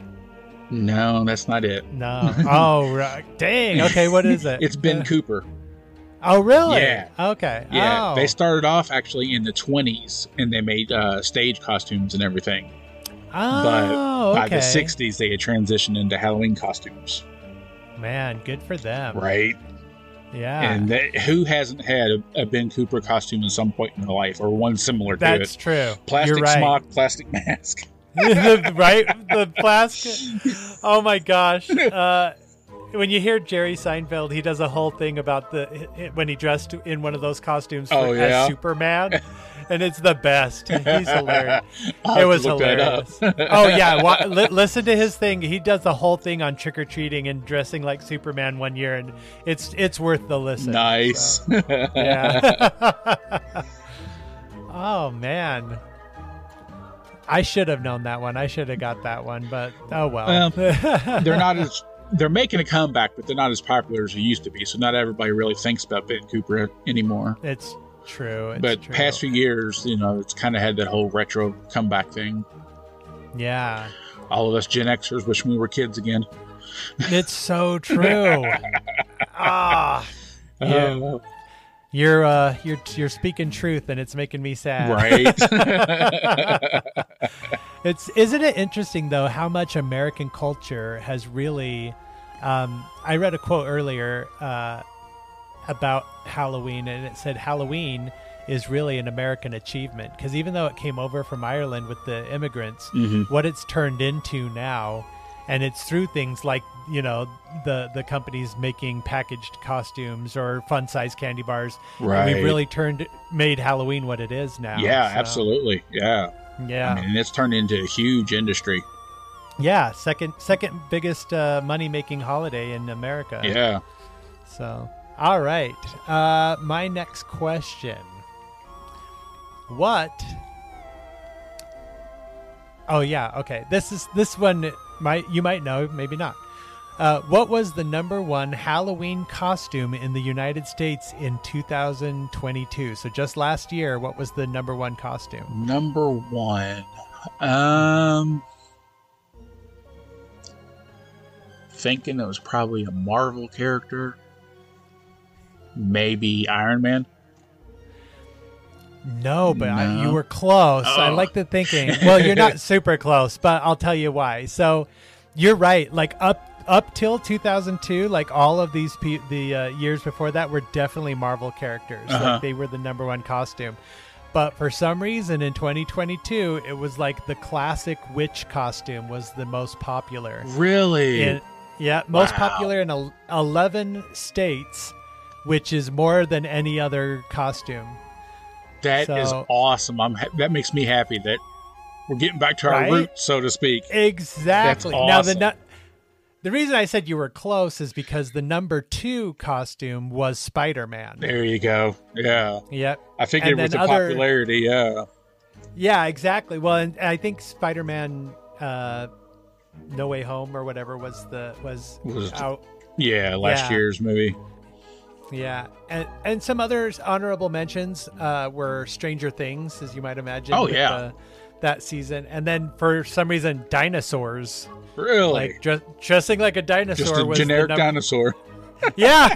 S1: No, that's not it.
S2: No. Oh, right. dang. Okay, what is it?
S1: It's Ben
S2: Uh,
S1: Cooper.
S2: Oh, really?
S1: Yeah.
S2: Okay.
S1: Yeah,
S2: Oh.
S1: they started off actually in the 20s and they made uh, stage costumes and everything.
S2: oh, okay.
S1: By the 60s, they had transitioned into Halloween costumes.
S2: Man, good for them.
S1: Right.
S2: Yeah.
S1: And that, who hasn't had a, a Ben Cooper costume at some point in their life or one similar
S2: that's
S1: to it?
S2: true.
S1: Plastic
S2: You're right.
S1: smock, plastic mask.
S2: The- right? The plastic. Oh my gosh. Uh, when you hear Jerry Seinfeld, he does a whole thing about the when he dressed in one of those costumes for,
S1: Oh, yeah.
S2: as Superman, and it's the best. He's hilarious.
S1: I'll have
S2: it
S1: to
S2: was
S1: look that up.
S2: hilarious. oh yeah, wa- li- listen to his thing. He does the whole thing on trick or treating and dressing like Superman one year, and it's it's worth the listen.
S1: Nice.
S2: So, yeah. oh man. I should have known that one. I should have got that one, but oh well.
S1: they're not as they're making a comeback, but they're not as popular as they used to be. So not everybody really thinks about Ben Cooper anymore.
S2: it's true. It's
S1: but
S2: true.
S1: past few years, you know, it's kind of had that whole retro comeback thing.
S2: Yeah.
S1: All of us Gen Xers wish we were kids again.
S2: It's so true. ah, Yeah.
S1: Oh,
S2: you're uh, you're you're speaking truth, and it's making me sad.
S1: right.
S2: It's isn't it interesting though how much American culture has really. Um, I read a quote earlier uh, about Halloween, and it said Halloween is really an American achievement because even though it came over from Ireland with the immigrants,
S1: Mhm.
S2: what it's turned into now, and it's through things like you know the the companies making packaged costumes or fun size candy bars.
S1: Right.
S2: We've really turned made Halloween what it is now.
S1: yeah,
S2: so,
S1: absolutely. Yeah.
S2: Yeah.
S1: And it's turned into a huge industry.
S2: Yeah, second second biggest uh, money making holiday in America.
S1: Yeah.
S2: So, all right. Uh, my next question: What? Oh yeah. Okay. This is this one might you might know, maybe not. Uh, what was the number one Halloween costume in the United States in 2022? So just last year, what was the number one costume?
S1: Number one. Um thinking it was probably a Marvel character. Maybe Iron Man.
S2: No, but I,
S1: No.
S2: you were close. I
S1: Oh.
S2: like the thinking. Well, you're not super close, but I'll tell you why. So, you're right. Like up up till 2002, like all of these pe- the uh, years before that were definitely Marvel characters.
S1: Uh-huh.
S2: Like they were the number one costume. But for some reason in 2022, it was like the classic witch costume was the most popular.
S1: Really?
S2: In, yeah, most
S1: Wow.
S2: popular in el- 11 states, which is more than any other costume.
S1: That is
S2: So-
S1: awesome. I'm ha- that makes me happy that we're getting back to our
S2: Right?
S1: roots, so to speak.
S2: Exactly.
S1: That's
S2: Now the
S1: awesome.
S2: nu- the reason I said you were close is because the number two costume was Spider Man.
S1: There you go. Yeah,
S2: Yep.
S1: I figured
S2: And
S1: with the
S2: then other-
S1: popularity, yeah,
S2: Yeah, exactly. Well, and I think Spider Man, uh, No Way Home or whatever was the was,
S1: Was-
S2: out.
S1: yeah, last
S2: Yeah.
S1: year's movie.
S2: Yeah, and and some other honorable mentions uh, were Stranger Things, as you might imagine.
S1: Oh,
S2: with
S1: yeah.
S2: the- that season, and then for some reason, dinosaurs,
S1: Really,
S2: like dress, dressing like a dinosaur,
S1: just a
S2: was the
S1: generic
S2: number-
S1: dinosaur.
S2: Yeah.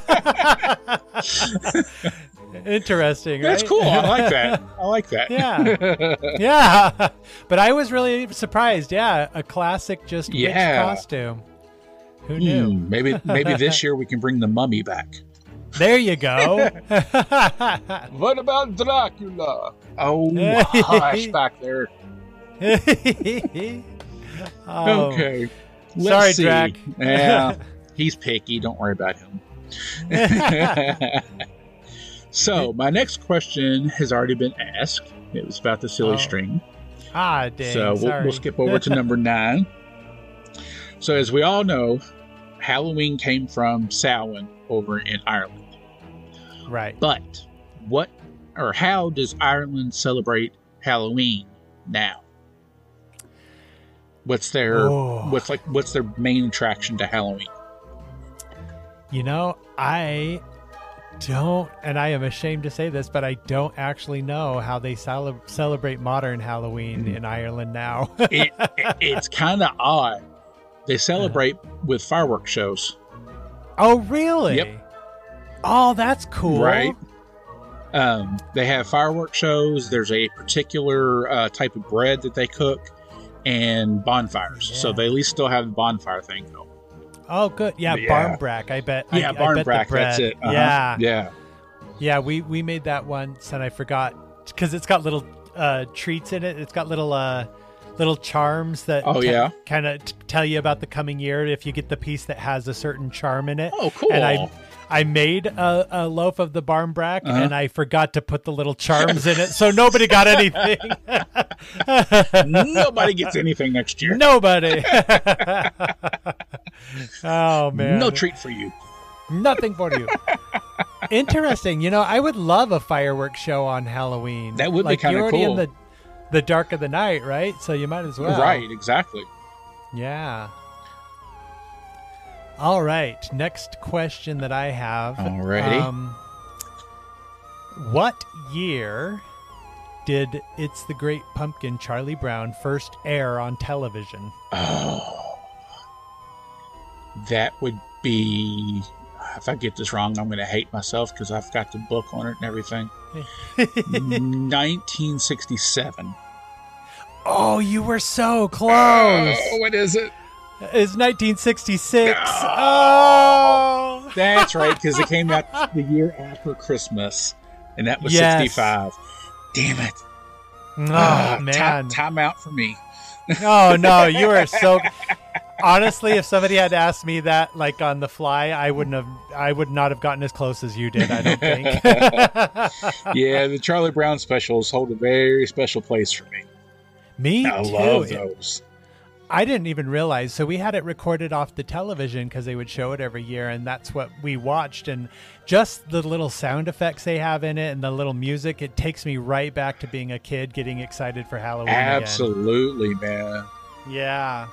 S2: Interesting.
S1: That's
S2: right?
S1: cool. I like that. I like that.
S2: yeah. Yeah. But I was really surprised. Yeah. A classic just
S1: Yeah.
S2: witch costume. Who knew?
S1: Hmm, maybe maybe this year we can bring the mummy back.
S2: There you go.
S1: What about Dracula? Oh,
S2: Yeah.
S1: hush back there.
S2: Oh,
S1: okay.
S2: sorry, Drac.
S1: Yeah, he's picky. Don't worry about him. so my next question has already been asked. It was about the silly
S2: Oh,
S1: string.
S2: Ah, dang.
S1: so we'll,
S2: sorry.
S1: we'll skip over to number nine. So as we all know, Halloween came from Samhain over in Ireland.
S2: Right.
S1: But what or how does Ireland celebrate Halloween now? What's their
S2: Oh.
S1: what's like what's their main attraction to Halloween?
S2: You know, I don't, and I am ashamed to say this, but I don't actually know how they cele- celebrate modern Halloween
S1: Hmm.
S2: in Ireland now.
S1: it, it- it's kind of odd. They celebrate with fireworks shows,
S2: oh, really?
S1: Yep.
S2: Oh, that's cool.
S1: right? Um, they have fireworks shows. There's a particular uh, type of bread that they cook, and bonfires. So
S2: Yeah.
S1: they at least still have the bonfire thing going.
S2: Oh, good. Yeah,
S1: Yeah.
S2: barn brack. I bet. I-
S1: yeah,
S2: I,
S1: barn
S2: bet the
S1: brack. That's
S2: bread.
S1: it. Uh-huh.
S2: Yeah,
S1: yeah,
S2: yeah. We we made that once, and I forgot because it's got little uh, treats in it. It's got little uh, little charms that.
S1: Oh, yeah.
S2: Kind of t- tell you about the coming year if you get the piece that has a certain charm in it.
S1: Oh, cool.
S2: And I. I made a, a loaf of the barn brack
S1: Uh-huh.
S2: and I forgot to put the little charms in it, so nobody got anything.
S1: Nobody gets anything next year.
S2: Nobody. oh man.
S1: no treat for you.
S2: Nothing for you. Interesting. You know, I would love a fireworks show on Halloween.
S1: That would be
S2: like,
S1: kinda
S2: you're already
S1: cool.
S2: in the the dark of the night, right? So you might as well.
S1: Right, exactly.
S2: Yeah. All right. Next question that I have.
S1: Alrighty.
S2: Um, what year did It's the Great Pumpkin Charlie Brown first air on television?
S1: Oh, that would be. If I get this wrong, I'm going to hate myself because I've got the book on it and everything. 1967.
S2: Oh, you were so close.
S1: Oh, what is it?
S2: It's 1966. Oh.
S1: That's right, because it came out the year after Christmas, and that was
S2: Yes.
S1: 65. Damn it.
S2: Oh,
S1: Ah,
S2: man.
S1: Time, time out for me.
S2: Oh no, you were so. Honestly, if somebody had asked me that, like on the fly, I wouldn't have. I would not have gotten as close as you did. I don't think.
S1: Yeah, the Charlie Brown specials hold a very special place for me.
S2: me
S1: I
S2: too.
S1: love
S2: It-
S1: those.
S2: I didn't even realize. So we had it recorded off the television because they would show it every year, and that's what we watched. And just the little sound effects they have in it, and the little music, it takes me right back to being a kid, getting excited for Halloween. again.
S1: Absolutely, man.
S2: Yeah.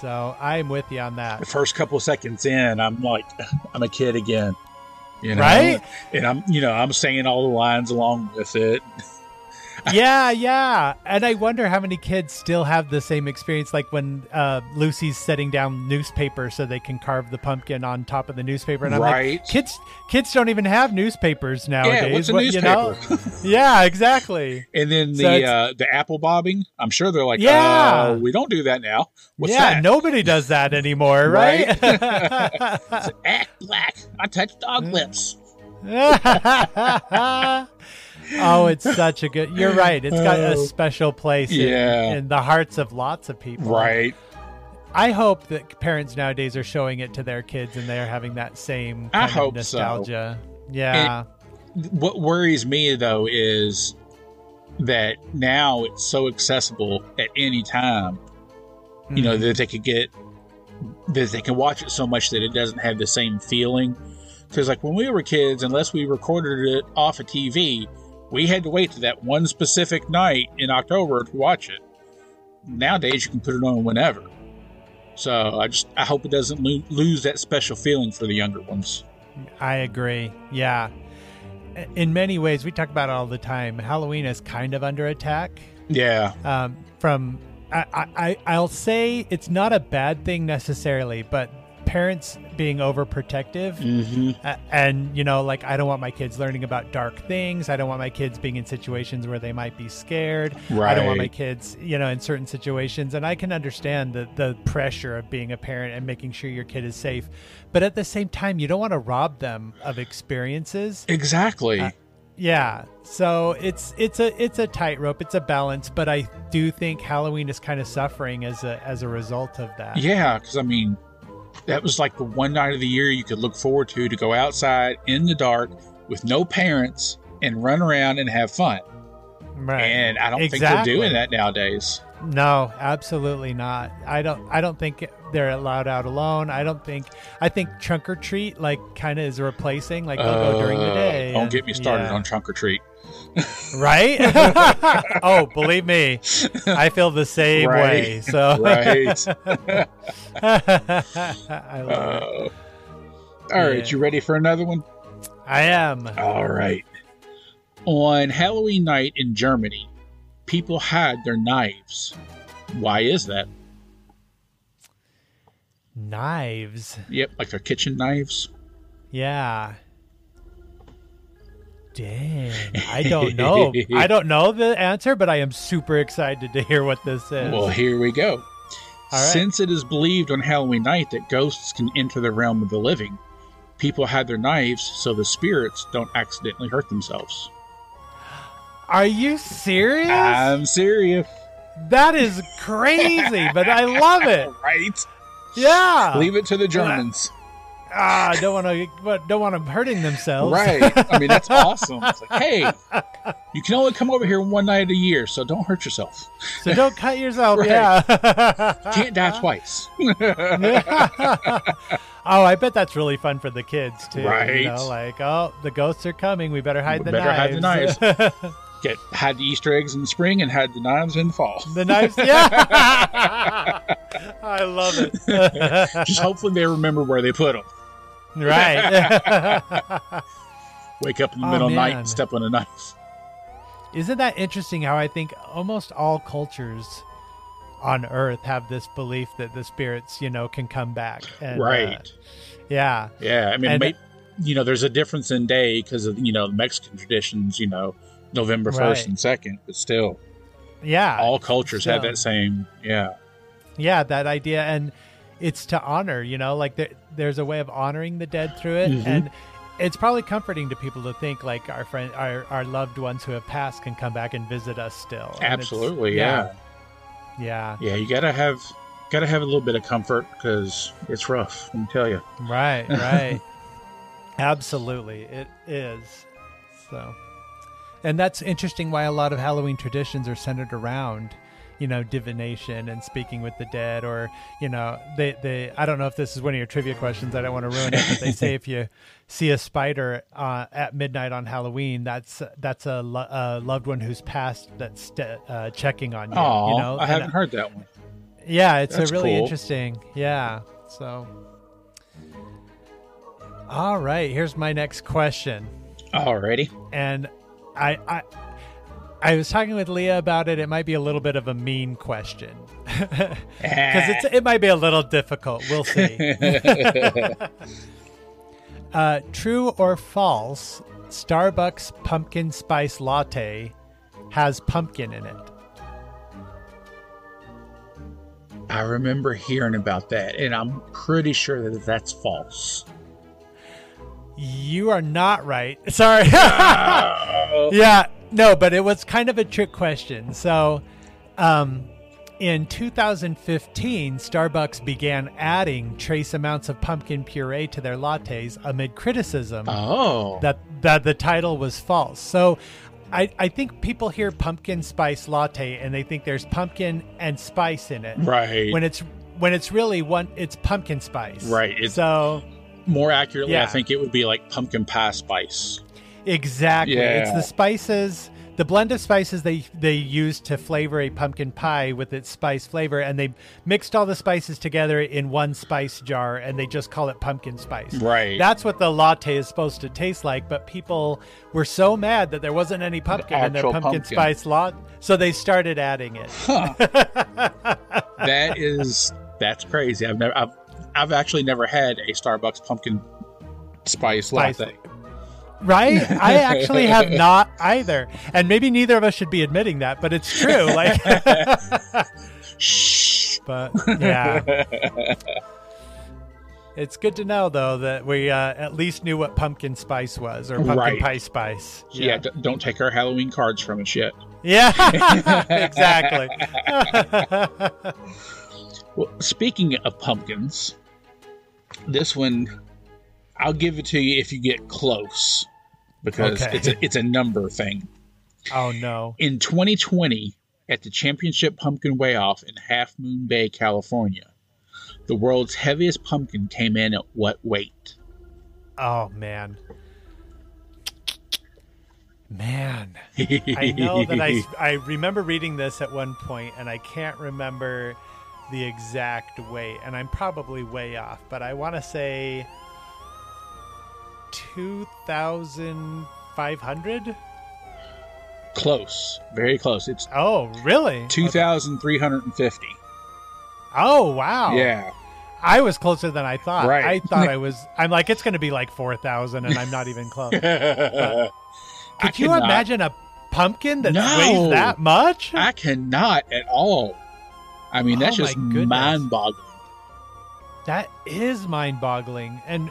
S2: So I'm with you on that.
S1: The first couple seconds in, I'm like, I'm a kid again. You know?
S2: Right?
S1: And I'm, you know, I'm saying all the lines along with it.
S2: yeah, yeah. And I wonder how many kids still have the same experience, like when uh, Lucy's setting down newspaper so they can carve the pumpkin on top of the newspaper. And I'm
S1: Right.
S2: like, kids, kids don't even have newspapers nowadays.
S1: yeah, what's a
S2: What- you
S1: newspaper?
S2: know? yeah, exactly.
S1: And then
S2: So
S1: the
S2: it's-
S1: uh, the apple bobbing. I'm sure they're like,
S2: Yeah.
S1: "Oh, we don't do that now. What's
S2: yeah,
S1: that?
S2: nobody does that anymore,
S1: Right?
S2: right?
S1: Act black. I touch
S2: Mm.
S1: dog lips.
S2: oh, it's such a good. You're right. It's got a
S1: Oh.
S2: special place
S1: Yeah.
S2: in, in the hearts of lots of people.
S1: Right.
S2: I hope that parents nowadays are showing it to their kids and they're having that same
S1: I
S2: kind
S1: hope
S2: of
S1: so.
S2: nostalgia. Yeah.
S1: What worries me though is that now it's so accessible at any time. You know that they could get that they can watch it so much that it doesn't have the same feeling. Because like when we were kids, unless we recorded it off a TV, we had to wait to that one specific night in October to watch it. Nowadays, you can put it on whenever. So I just I hope it doesn't lo- lose that special feeling for the younger ones.
S2: I agree. Yeah. In many ways, we talk about it all the time. Halloween is kind of under attack.
S1: Yeah.
S2: um, from I, I, I- I'll say it's not a bad thing necessarily, but parents being overprotective
S1: Mm-hmm.
S2: uh, and you know like I don't want my kids learning about dark things. I don't want my kids being in situations where they might be scared. I don't want my
S1: Right.
S2: kids, you know, in certain situations. And I can understand the the pressure of being a parent and making sure your kid is safe, but at the same time, you don't want to rob them of experiences.
S1: Exactly.
S2: Uh, Yeah. So it's it's a it's a tightrope, it's a balance, but I do think Halloween is kind of suffering as a as a result of that.
S1: yeah, because I mean, that was like the one night of the year you could look forward to to go outside in the dark with no parents and run around and have fun.
S2: Right.
S1: And I don't
S2: Exactly.
S1: think they're doing that nowadays.
S2: No, absolutely not. I don't I don't think they're allowed out alone. I don't think I think trunk or treat like kind of is replacing like they'll go during the
S1: Uh,
S2: day.
S1: Don't
S2: and-
S1: get me started
S2: yeah.
S1: on trunk or treat.
S2: Right? oh, believe me. I feel the same
S1: Right.
S2: way. So
S1: Right.
S2: I
S1: uh,
S2: love it.
S1: all right,
S2: Yeah.
S1: you ready for another one?
S2: I am.
S1: All right. On Halloween night in Germany, people hide their knives. Why is that?
S2: Knives.
S1: Yep, like their kitchen knives.
S2: Yeah. Damn. I don't know. I don't know the answer, but I am super excited to hear what this is.
S1: Well, here we go.
S2: All right.
S1: Since it is believed on Halloween night that ghosts can enter the realm of the living, people hide their knives so the spirits don't accidentally hurt themselves.
S2: Are you serious?
S1: I'm serious,
S2: that is crazy, but I love it.
S1: right?
S2: Yeah.
S1: Leave it to the Germans,
S2: ah, don't want to. Don't want them hurting themselves.
S1: right? I mean, that's awesome. It's like, hey, you can only come over here one night a year, so don't hurt yourself.
S2: So don't cut yourself.
S1: Right.
S2: Yeah.
S1: Can't die twice.
S2: oh, I bet that's really fun for the kids too.
S1: Right.
S2: You know, like, oh, the ghosts are coming. We better hide
S1: We
S2: the
S1: better hide the
S2: knives.
S1: Get hide the Easter eggs in the spring and hide the knives in the fall.
S2: The knives, yeah. I love it.
S1: Just hopefully they remember where they put them.
S2: right.
S1: Wake up in the
S2: Oh,
S1: middle of the night
S2: man.
S1: and step on a knife.
S2: Isn't that interesting how I think almost all cultures on earth have this belief that the spirits, you know, can come back. And, uh,
S1: right.
S2: yeah.
S1: yeah. I mean,
S2: and-
S1: may you know, there's a difference in day because of you know the Mexican traditions. You know, November first
S2: Right.
S1: and second, but still,
S2: Yeah.
S1: all cultures have
S2: still.
S1: that same. Yeah.
S2: yeah that idea and it's to honor you know like there, there's a way of honoring the dead through it
S1: Mhm.
S2: and it's probably comforting to people to think like our friend our, our loved ones who have passed can come back and visit us still And it's-
S1: Absolutely. Yeah.
S2: yeah
S1: yeah. You gotta have gotta have a little bit of comfort because it's rough. Let me tell you.
S2: yeah right right absolutely it is so and that's interesting why a lot of halloween traditions are centered around you know divination and speaking with the dead or you know they they i don't know if this is one of your trivia questions i don't want to ruin it but they say if you see a spider uh, at midnight on halloween that's that's a, lo- a loved one who's passed that's st- uh, checking on you
S1: Oh,
S2: you know
S1: I
S2: And,
S1: haven't heard that one.
S2: yeah, it's
S1: That's
S2: a really
S1: cool.
S2: interesting. Yeah. So All right, here's my next question.
S1: Alrighty.
S2: And I I I was talking with Leah about it. It might be a little bit of a mean question. Cuz it's it might be a little difficult. We'll see. uh, true or false, Starbucks pumpkin spice latte has pumpkin in it.
S1: I remember hearing about that, and I'm pretty sure that that's false.
S2: You are not right. Sorry. yeah, no, but it was kind of a trick question. So, um, in 2015, Starbucks began adding trace amounts of pumpkin puree to their lattes amid criticism
S1: Oh,
S2: that that the title was false. So, I, I think people hear pumpkin spice latte and they think there's pumpkin and spice in it
S1: right.
S2: when it's when it's really one it's pumpkin spice.
S1: Right, it's-
S2: so
S1: More accurately, I
S2: Yeah.
S1: think it would be like pumpkin pie spice.
S2: Exactly. It's
S1: Yeah.
S2: the spices, the blend of spices they they use to flavor a pumpkin pie with its spice flavor, and they mixed all the spices together in one spice jar, and they just call it pumpkin spice.
S1: Right.
S2: That's what the latte is supposed to taste like, but people were so mad that there wasn't any pumpkin in their
S1: actual
S2: pumpkin,
S1: pumpkin.
S2: spice latte, so they started adding it.
S1: that is that's crazy. I've never I've I've actually never had a Starbucks pumpkin spice
S2: Spice.
S1: latte.
S2: Right? I actually have not either. And maybe neither of us should be admitting that, but it's true. Like
S1: Shh.
S2: but yeah. it's good to know though that we uh, at least knew what pumpkin spice was or pumpkin
S1: Right.
S2: pie spice.
S1: Yeah, d- don't take our Halloween cards from us yet.
S2: Yeah. exactly.
S1: Well, speaking of pumpkins, this one I'll give it to you if you get close because
S2: Okay.
S1: it's a, it's a number thing.
S2: oh no.
S1: In 2020, at the Championship Pumpkin Way Off in Half Moon Bay, California, the world's heaviest pumpkin came in at what weight?
S2: Oh man. Man. I know that I I remember reading this at one point and I can't remember the exact weight and I'm probably way off, but I want to say 2500
S1: close, very close. It's
S2: Oh, really?
S1: 2,350.
S2: Oh, wow.
S1: Yeah,
S2: I was closer than I thought.
S1: Right.
S2: I thought I was. I'm like, it's going to be like 4,000, and I'm not even close. Could
S1: I
S2: you
S1: cannot-
S2: imagine a pumpkin that
S1: No.
S2: weighs that much?
S1: I cannot at all. I mean, that's
S2: Oh my
S1: just
S2: goodness.
S1: mind-boggling.
S2: That is mind-boggling, and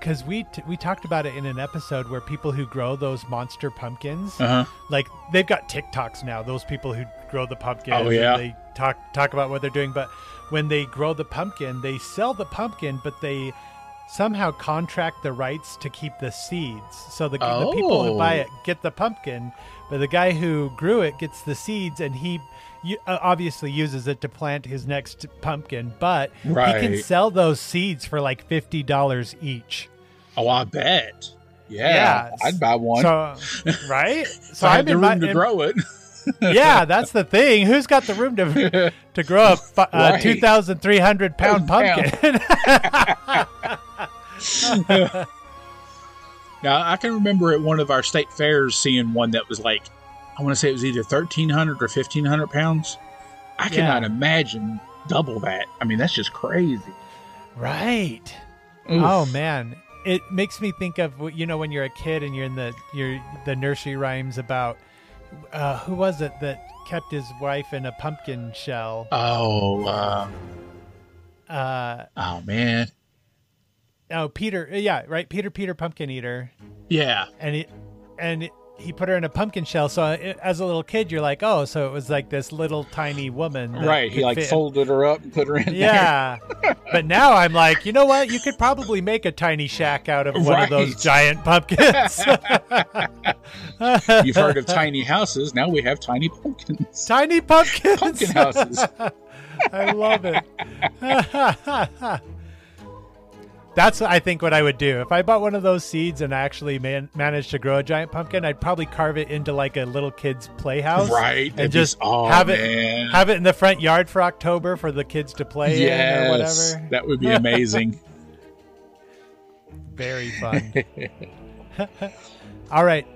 S2: because we t- we talked about it in an episode where people who grow those monster pumpkins,
S1: Uh huh.
S2: like they've got TikToks now. Those people who grow the pumpkins,
S1: Oh,
S2: and
S1: yeah.
S2: they talk talk about what they're doing. But when they grow the pumpkin, they sell the pumpkin, but they somehow contract the rights to keep the seeds. So the, the people who buy
S1: Oh.
S2: it get the pumpkin, but the guy who grew it gets the seeds, and he u- uh, obviously uses it to plant his next pumpkin. But he can
S1: Right.
S2: sell those seeds for like fifty dollars each.
S1: Oh, I bet. Yeah,
S2: Yeah.
S1: I'd buy one. So,
S2: So right, so
S1: I
S2: I'm
S1: had the
S2: in
S1: room
S2: my-
S1: to
S2: in-
S1: grow it.
S2: yeah, that's the thing. Who's got the room to to grow a fu- uh,
S1: Right.
S2: two thousand three hundred pound
S1: Pound.
S2: pumpkin?
S1: Now, I can remember at one of our state fairs seeing one that was like, I want to say it was either 1,300 or 1,500 pounds. I cannot imagine double that. I mean, that's just crazy.
S2: Right.
S5: Oof.
S2: Oh man, it makes me think of wh- you know when you're a kid and you're in the your the nursery rhymes about uh, who was it that kept his wife in a pumpkin shell?
S1: Oh, um,
S2: Uh,
S1: oh man.
S2: oh, Peter, yeah, right, Peter, Peter, pumpkin eater,
S1: Yeah.
S2: and he and he put her in a pumpkin shell. So i as a little kid, you're like, oh, so it was like this little tiny woman, that
S1: right. He
S2: could
S1: like
S2: fit-
S1: folded her up and put her in
S2: Yeah, but now I'm like, you know what? You could probably make a tiny shack out of one of those
S1: Right.
S2: giant pumpkins.
S1: there. You've heard of tiny houses. Now we have tiny pumpkins.
S2: Tiny pumpkins.
S1: Pumpkin houses.
S2: I love it. That's I think what I would do if I bought one of those seeds and actually man- managed to grow a giant pumpkin. I'd probably carve it into like a little kid's playhouse,
S1: Right.
S2: And
S1: That'd be-
S2: just
S1: oh,
S2: have it
S1: man.
S2: have it in the front yard for October for the kids to play in or
S1: yes.
S2: whatever.
S1: That would be amazing.
S2: Very fun. All right.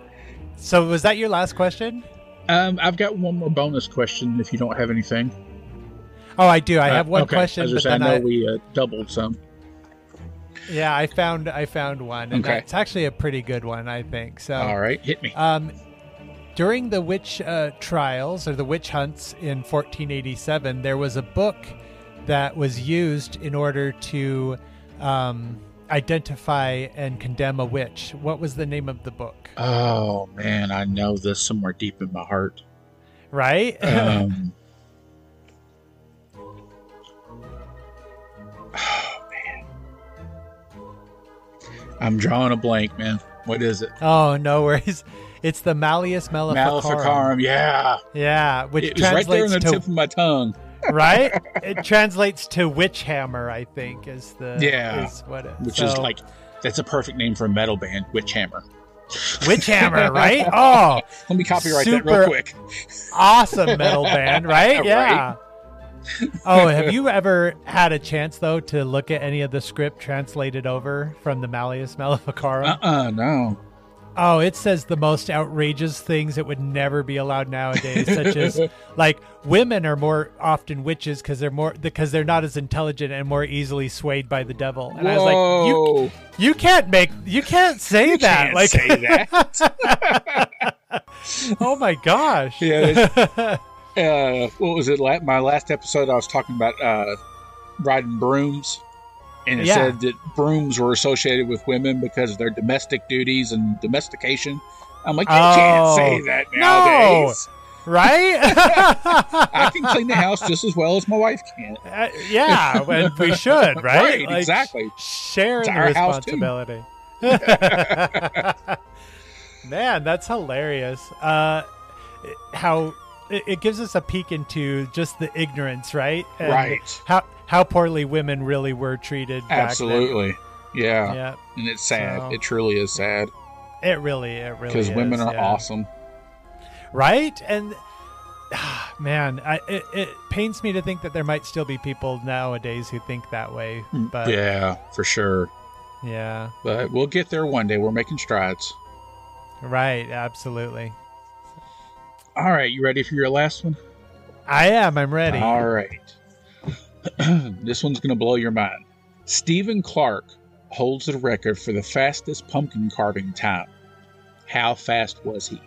S2: So was that your last question?
S1: um, I've got one more bonus question if you don't have anything.
S2: Oh, I do. I have
S1: Uh,
S2: one
S1: okay.
S2: question,
S1: As I,
S2: but
S1: say, I
S2: then
S1: know
S2: I,
S1: we uh, doubled some.
S2: yeah, I found I found one, and
S1: Okay.
S2: that's actually a pretty good one, I think. So,
S1: All right. Hit me.
S2: Um, during the witch uh, trials or the witch hunts in 1487, there was a book that was used in order to um, identify and condemn a witch. What was the name of the book?
S1: Oh man, I know this somewhere deep in my heart.
S2: Right?
S1: Um, oh man, I'm drawing a blank, man. What is it?
S2: oh, no worries. It's the Malleus Maleficarum.
S1: Maleficarum. Yeah,
S2: Yeah, which
S1: it was right
S2: translates
S1: there on the
S2: to
S1: tip of my tongue.
S2: right. It translates to witch hammer, I think, is the
S1: Yeah.
S2: is what it,
S1: Which
S2: so-
S1: is like, that's a perfect name for a metal band, Witch Hammer.
S2: witch hammer, right? Oh,
S1: Let me copyright that
S2: Super-
S1: real quick.
S2: awesome metal band, right? Yeah. oh, have you ever had a chance though to look at any of the script translated over from the Malleus Maleficarum?
S1: Uh uh no.
S2: Oh, it says the most outrageous things that would never be allowed nowadays, such as like women are more often witches because they're more because they're not as intelligent and more easily swayed by the devil. And I was like, you
S1: Whoa.
S2: you can't make you can't say
S1: Can't
S2: that. like,
S1: say that.
S2: oh my gosh.
S1: Yeah, uh, what was it? la- My last episode, I was talking about uh, riding brooms, and it
S2: Yeah.
S1: said that brooms were associated with women because of their domestic duties and domestication. I'm like, you
S2: Oh,
S1: can't say that
S2: no.
S1: nowadays.
S2: right?
S1: I can clean the house just as well as my wife can.
S2: Uh, yeah, and we should, right?
S1: Right, exactly.
S2: Sharing
S1: It's
S2: the
S1: our house, too.
S2: responsibility. Man, that's hilarious. Uh, how it, it gives us a peek into just the ignorance, right? And
S1: Right.
S2: How how poorly women really were treated. back then.
S1: Absolutely. Yeah.
S2: Yeah,
S1: and it's sad.
S2: So-
S1: It truly is sad
S2: it really, it really.
S1: because women
S2: is,
S1: are
S2: yeah.
S1: awesome.
S2: right? And ah, man, I, it, it pains me to think that there might still be people nowadays who think that way. But
S1: Hmm. yeah, for sure.
S2: yeah.
S1: But we'll get there one day. We're making strides.
S2: Right, absolutely.
S1: All right, you ready for your last one?
S2: I am. I'm ready.
S1: All right. this one's going to blow your mind. Stephen Clark holds the record for the fastest pumpkin carving time. How fast was he?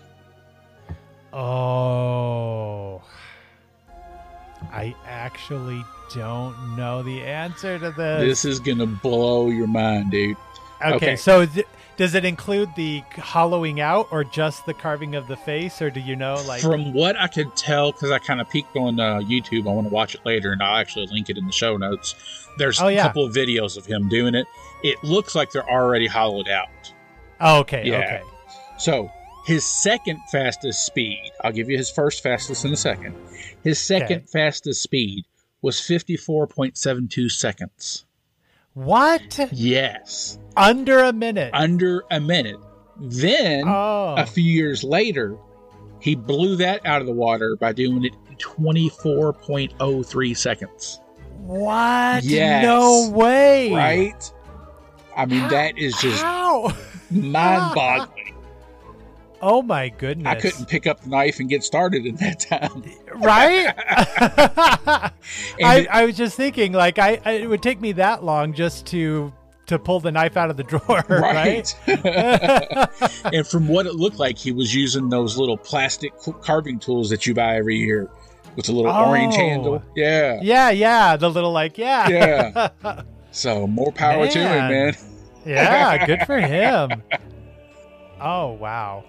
S2: Oh, I actually don't know the answer to this.
S1: This is going to blow your mind, dude.
S2: okay,
S1: okay.
S2: so th- does it include the hollowing out, or just the carving of the face, or do you know, Oh, like?
S1: From what I could tell, because I kind of peeked on uh, YouTube, I want to watch it later, and I'll actually link it in the show notes. There's
S2: Oh, yeah.
S1: a couple of videos of him doing it. It looks like they're already hollowed out.
S2: Oh, okay,
S1: Yeah.
S2: okay,
S1: So his second fastest speed, I'll give you his first fastest in a second. His second
S2: Okay.
S1: fastest speed was 54.72 seconds.
S2: what?
S1: Yes,
S2: Under a minute.
S1: under a minute. Then
S2: oh,
S1: a few years later, he blew that out of the water by doing it in 24.03 seconds.
S2: what?
S1: Yes.
S2: No way.
S1: Right? I mean, that is just
S2: how.
S1: mind boggling.
S2: Oh my goodness.
S1: I couldn't pick up the knife and get started in that time.
S2: Right?
S1: And
S2: I,
S1: it-
S2: I was just thinking, like, I, I it would take me that long just to to pull the knife out of the drawer, right?
S1: and from what it looked like, he was using those little plastic c- carving tools that you buy every year with a little orange
S2: Oh.
S1: handle. Yeah.
S2: Yeah, yeah. The little like, yeah,
S1: Yeah. so more power to him, man.
S2: Man. yeah. Good for him. Oh wow,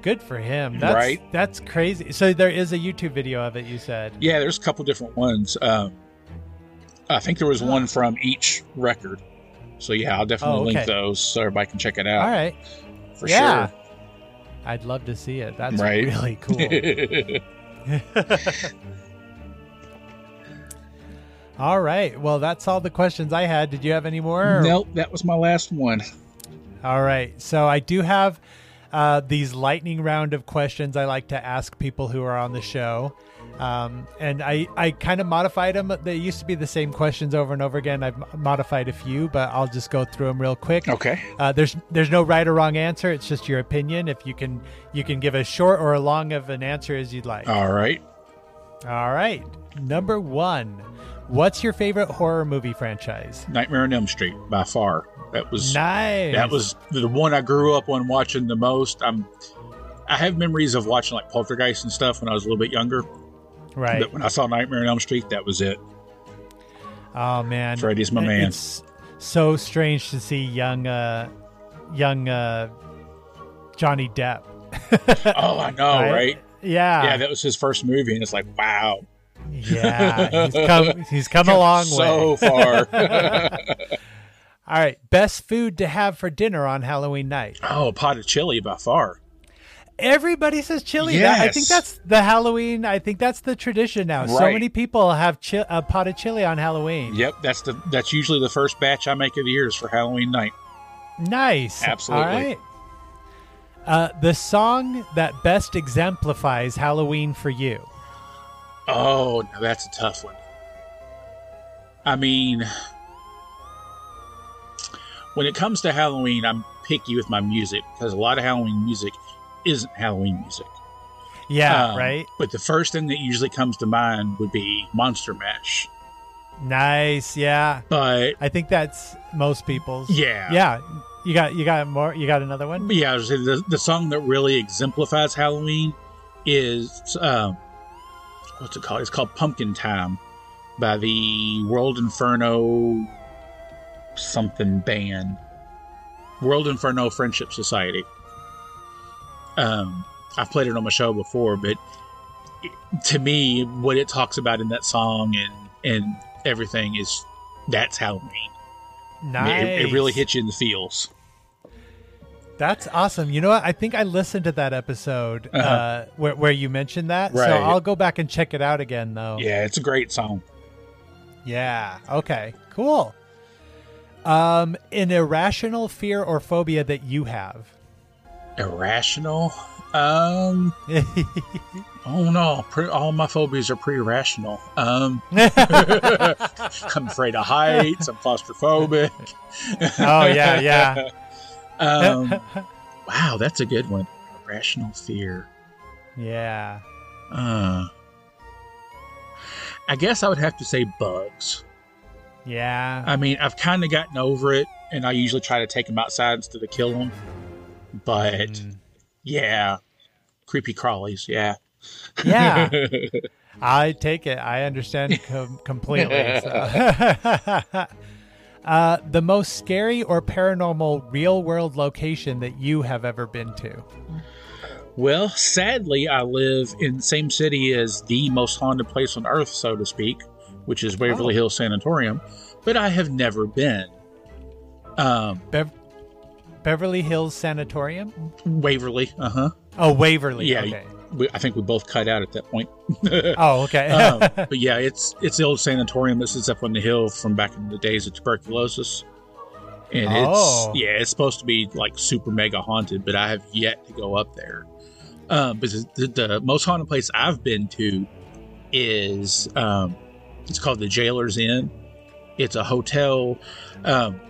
S2: good for him. That's,
S1: Right?
S2: That's crazy. So there is a YouTube video of it. You said.
S1: Yeah, there's a couple different ones. Um, I think there was one from each record. So yeah, I'll definitely
S2: Oh,
S1: link
S2: okay.
S1: those so everybody can check it out
S2: All right.
S1: for
S2: yeah. I'd love to see it. That's
S1: Right?
S2: really cool.
S1: sure.
S2: all right. Well, that's all the questions I had. Did you have any more? or-
S1: nope, that was my last one.
S2: All right. So I do have uh, these lightning round of questions I like to ask people who are on the show. Um, and I, I kind of modified them. They used to be the same questions over and over again. I've m- modified a few, but I'll just go through them real quick.
S1: Okay.
S2: Uh, there's there's no right or wrong answer. It's just your opinion. If you can you can give a short or a long of an answer as you'd like.
S1: All right.
S2: All right. Number one, what's your favorite horror movie franchise?
S1: Nightmare on Elm Street by far. That was
S2: Nice.
S1: that was the one I grew up on watching the most. I'm I have memories of watching like Poltergeist and stuff when I was a little bit younger.
S2: right.
S1: But when I saw Nightmare on Elm Street, that was it.
S2: Oh man,
S1: Freddy's my
S2: It-
S1: man.
S2: It's so strange to see young, uh, young uh, Johnny Depp.
S1: Oh, I know, right?
S2: Yeah,
S1: Yeah, that was his first movie, and it's like, wow,
S2: yeah. He's come, he's come a long way.
S1: so far.
S2: All right, best food to have for dinner on Halloween night.
S1: oh, a pot of chili by far.
S2: Everybody says chili. That- I
S1: Yes.
S2: think that's the Halloween. I think that's the tradition now. So
S1: Right.
S2: many people have chi- a pot of chili on Halloween.
S1: Yep, that's the that's usually the first batch I make of the years for Halloween night.
S2: Nice.
S1: Absolutely.
S2: All right. Uh, the song that best exemplifies Halloween for you.
S1: Oh, now that's a tough one. I mean, when it comes to Halloween, I'm picky with my music because a lot of Halloween music isn't Halloween music.
S2: Yeah,
S1: Um,
S2: right?
S1: But the first thing that usually comes to mind would be Monster Mash.
S2: Nice. Yeah.
S1: But
S2: I think that's most people's.
S1: yeah,
S2: Yeah. You got you got more you got another one?
S1: But yeah, I was gonna say the, the song that really exemplifies Halloween is um, what's it called? It's called Pumpkin Time by the World Inferno something band, World Inferno Friendship Society. Um, I've played it on my show before, but it, to me, what it talks about in that song and and everything is that's Halloween.
S2: Nice.
S1: It, it really hits you in the feels.
S2: That's awesome. You know what? I think I listened to that episode uh
S1: Uh-huh.
S2: where, where you mentioned that.
S1: Right.
S2: So I'll go back and check it out again though.
S1: Yeah, it's a great song.
S2: Yeah. Okay. Cool. Um, an irrational fear or phobia that you have.
S1: irrational um oh no pre- all my phobias are pretty rational um i'm afraid of heights i'm claustrophobic
S2: Oh yeah, yeah.
S1: um wow that's a good one irrational fear
S2: yeah.
S1: uh i guess i would have to say bugs
S2: Yeah.
S1: i mean i've kind of gotten over it and i usually try to take them outside instead of kill them but
S2: Mm.
S1: yeah creepy crawlies yeah
S2: Yeah. I take it. I understand com- completely. so. uh, the most scary or paranormal real world location that you have ever been to.
S1: Well, sadly, I live in the same city as the most haunted place on earth, so to speak, which is Waverly
S2: Oh.
S1: Hills Sanatorium, but I have never been. Um,
S2: Bev- Beverly Hills Sanatorium?
S1: Waverly, uh huh.
S2: Oh, Waverly.
S1: Yeah.
S2: Okay.
S1: We, I think we both cut out at that point.
S2: Oh, okay.
S1: um, but yeah, it's it's the old sanatorium that sits up on the hill from back in the days of tuberculosis, and
S2: Oh.
S1: it's yeah, it's supposed to be like super mega haunted, but I have yet to go up there. Um, but the, the, the most haunted place I've been to is um, it's called the Jailer's Inn. It's a hotel. Um,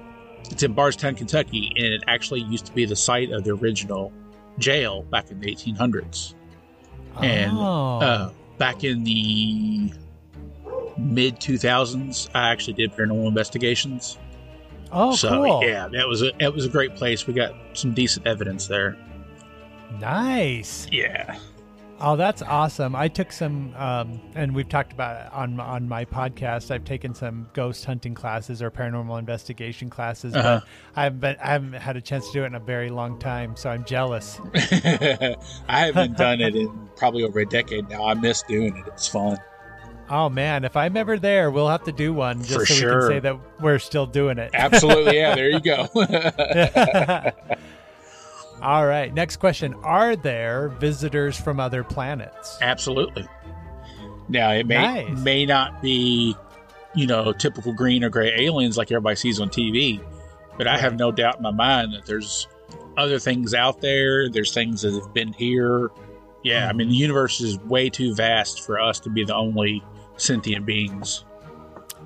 S1: It's in Bardstown, Kentucky, and it actually used to be the site of the original jail back in the 1800s. And
S2: Oh.
S1: uh, back in the mid 2000s, I actually did paranormal investigations.
S2: oh,
S1: so
S2: cool.
S1: yeah, that was a that was a great place. We got some decent evidence there.
S2: Nice.
S1: Yeah,
S2: Oh, that's awesome. I took some, um, and we've talked about it on on my podcast. I've taken some ghost hunting classes or paranormal investigation classes,
S1: Uh-huh.
S2: but I haven't, been, I haven't had a chance to do it in a very long time, so I'm jealous.
S1: I haven't done it in probably over a decade now. I miss doing it. It's fun.
S2: Oh man, if I'm ever there, we'll have to do one just
S1: For
S2: so we
S1: sure.
S2: can say that we're still doing it.
S1: Absolutely. Yeah. There you go.
S2: All right. Next question: Are there visitors from other planets?
S1: Absolutely. Now it may
S2: Nice.
S1: may not be, you know, typical green or gray aliens like everybody sees on TV, but I have no doubt in my mind that there's other things out there. There's things that have been here. Yeah, I mean the universe is way too vast for us to be the only sentient beings.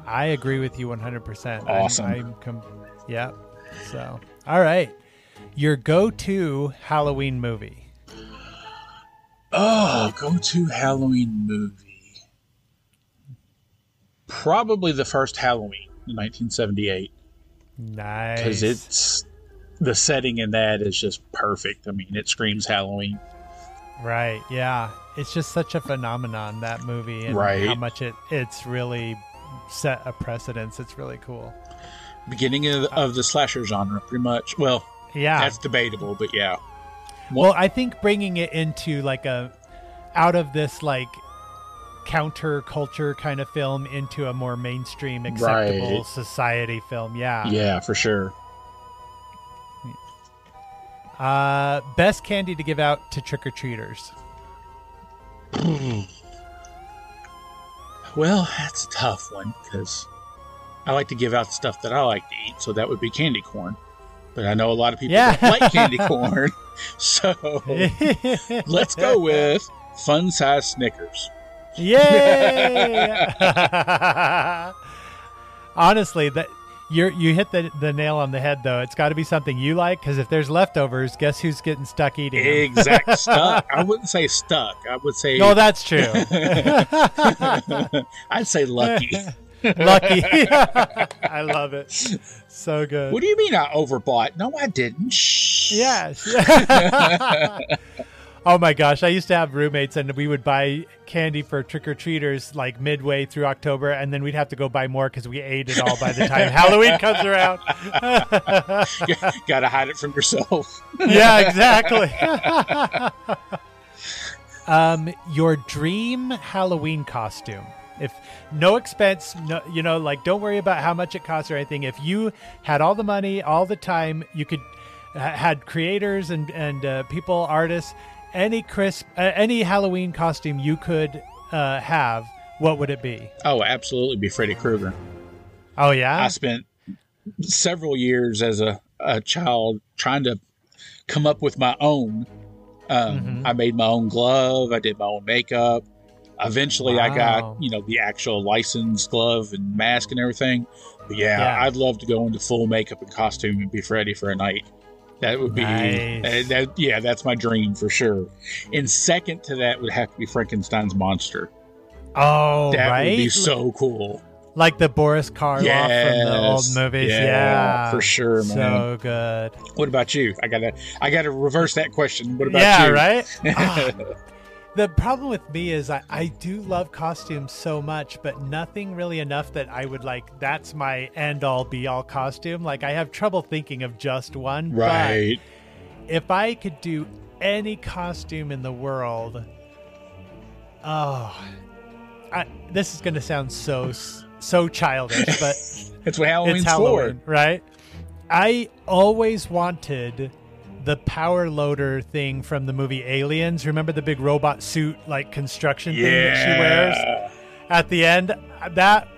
S2: I agree with you 100%.
S1: Awesome.
S2: I'm, I'm com- yeah. So, all right. Your go to Halloween movie.
S1: Oh, go to Halloween movie. Probably the first Halloween in 1978.
S2: Nice.
S1: because it's the setting in that is just perfect. I mean, it screams Halloween.
S2: Right. Yeah. It's just such a phenomenon, that movie, and
S1: Right.
S2: how much it it's really set a precedence. It's really cool.
S1: Beginning of, of the slasher genre, pretty much. Well,
S2: Yeah.
S1: that's debatable, but yeah,
S2: Ah. Well, I think bringing it into like a out of this like counterculture kind of film into a more mainstream acceptable
S1: Right.
S2: society film. Yeah.
S1: yeah, for sure.
S2: Uh, best candy to give out to trick or treaters.
S1: Well, that's a tough one because I like to give out stuff that I like to eat, so that would be candy corn. But I know a lot of people
S2: Yeah.
S1: don't like candy corn, so let's go with fun size Snickers.
S2: Yay! Honestly, that you you hit the the nail on the head though. It's got to be something you like because if there's leftovers, guess who's getting stuck eating? them?
S1: Exact stuck. I wouldn't say stuck. I would say
S2: No, that's true.
S1: I'd say lucky.
S2: Lucky. I love it. So good.
S1: What do you mean I overbought? No, I didn't. Shh.
S2: Yes. oh my gosh, I used to have roommates and we would buy candy for trick or treaters like midway through October and then we'd have to go buy more cuz we ate it all by the time Halloween comes around.
S1: Gotta hide it from yourself.
S2: yeah, exactly. um your dream Halloween costume. If no expense, no, you know, like don't worry about how much it costs or anything. If you had all the money, all the time, you could ha- had creators and and uh, people, artists, any crisp, uh, any Halloween costume you could uh, have. What would it be?
S1: Oh, absolutely be Freddy Krueger.
S2: Oh
S1: I
S2: yeah,
S1: spent several years as a, a child trying to come up with my own. Um,
S2: Mhm.
S1: I made my own glove, I did my own makeup. Eventually, I
S2: Wow.
S1: got, you know, the actual licensed glove and mask and everything. But yeah,
S2: Yeah.
S1: I'd love to go into full makeup and costume and be Freddy for a night. That would be,
S2: Nice.
S1: uh, that, yeah, that's my dream for sure. And second to that would have to be Frankenstein's monster.
S2: oh
S1: that
S2: right,
S1: would be so cool.
S2: like the Boris Karloff from the old
S1: Yes.
S2: movies.
S1: Yeah,
S2: Yeah,
S1: for sure, man.
S2: So good.
S1: What about you? I gotta, I gotta reverse that question. What about
S2: yeah,
S1: you?
S2: right? Ah. the problem with me is I, I do love costumes so much, but nothing really enough that I would like, that's my end all be all costume. Like, I have trouble thinking of just one. but
S1: Right.
S2: if I could do any costume in the world, oh, I, this is going to sound so, s- so childish, but
S1: That's what Halloween's
S2: it's Halloween, right? I always wanted the power loader thing from the movie Aliens. Remember the big robot suit like
S1: for.
S2: construction thing that she wears
S1: Yeah.
S2: at the end? That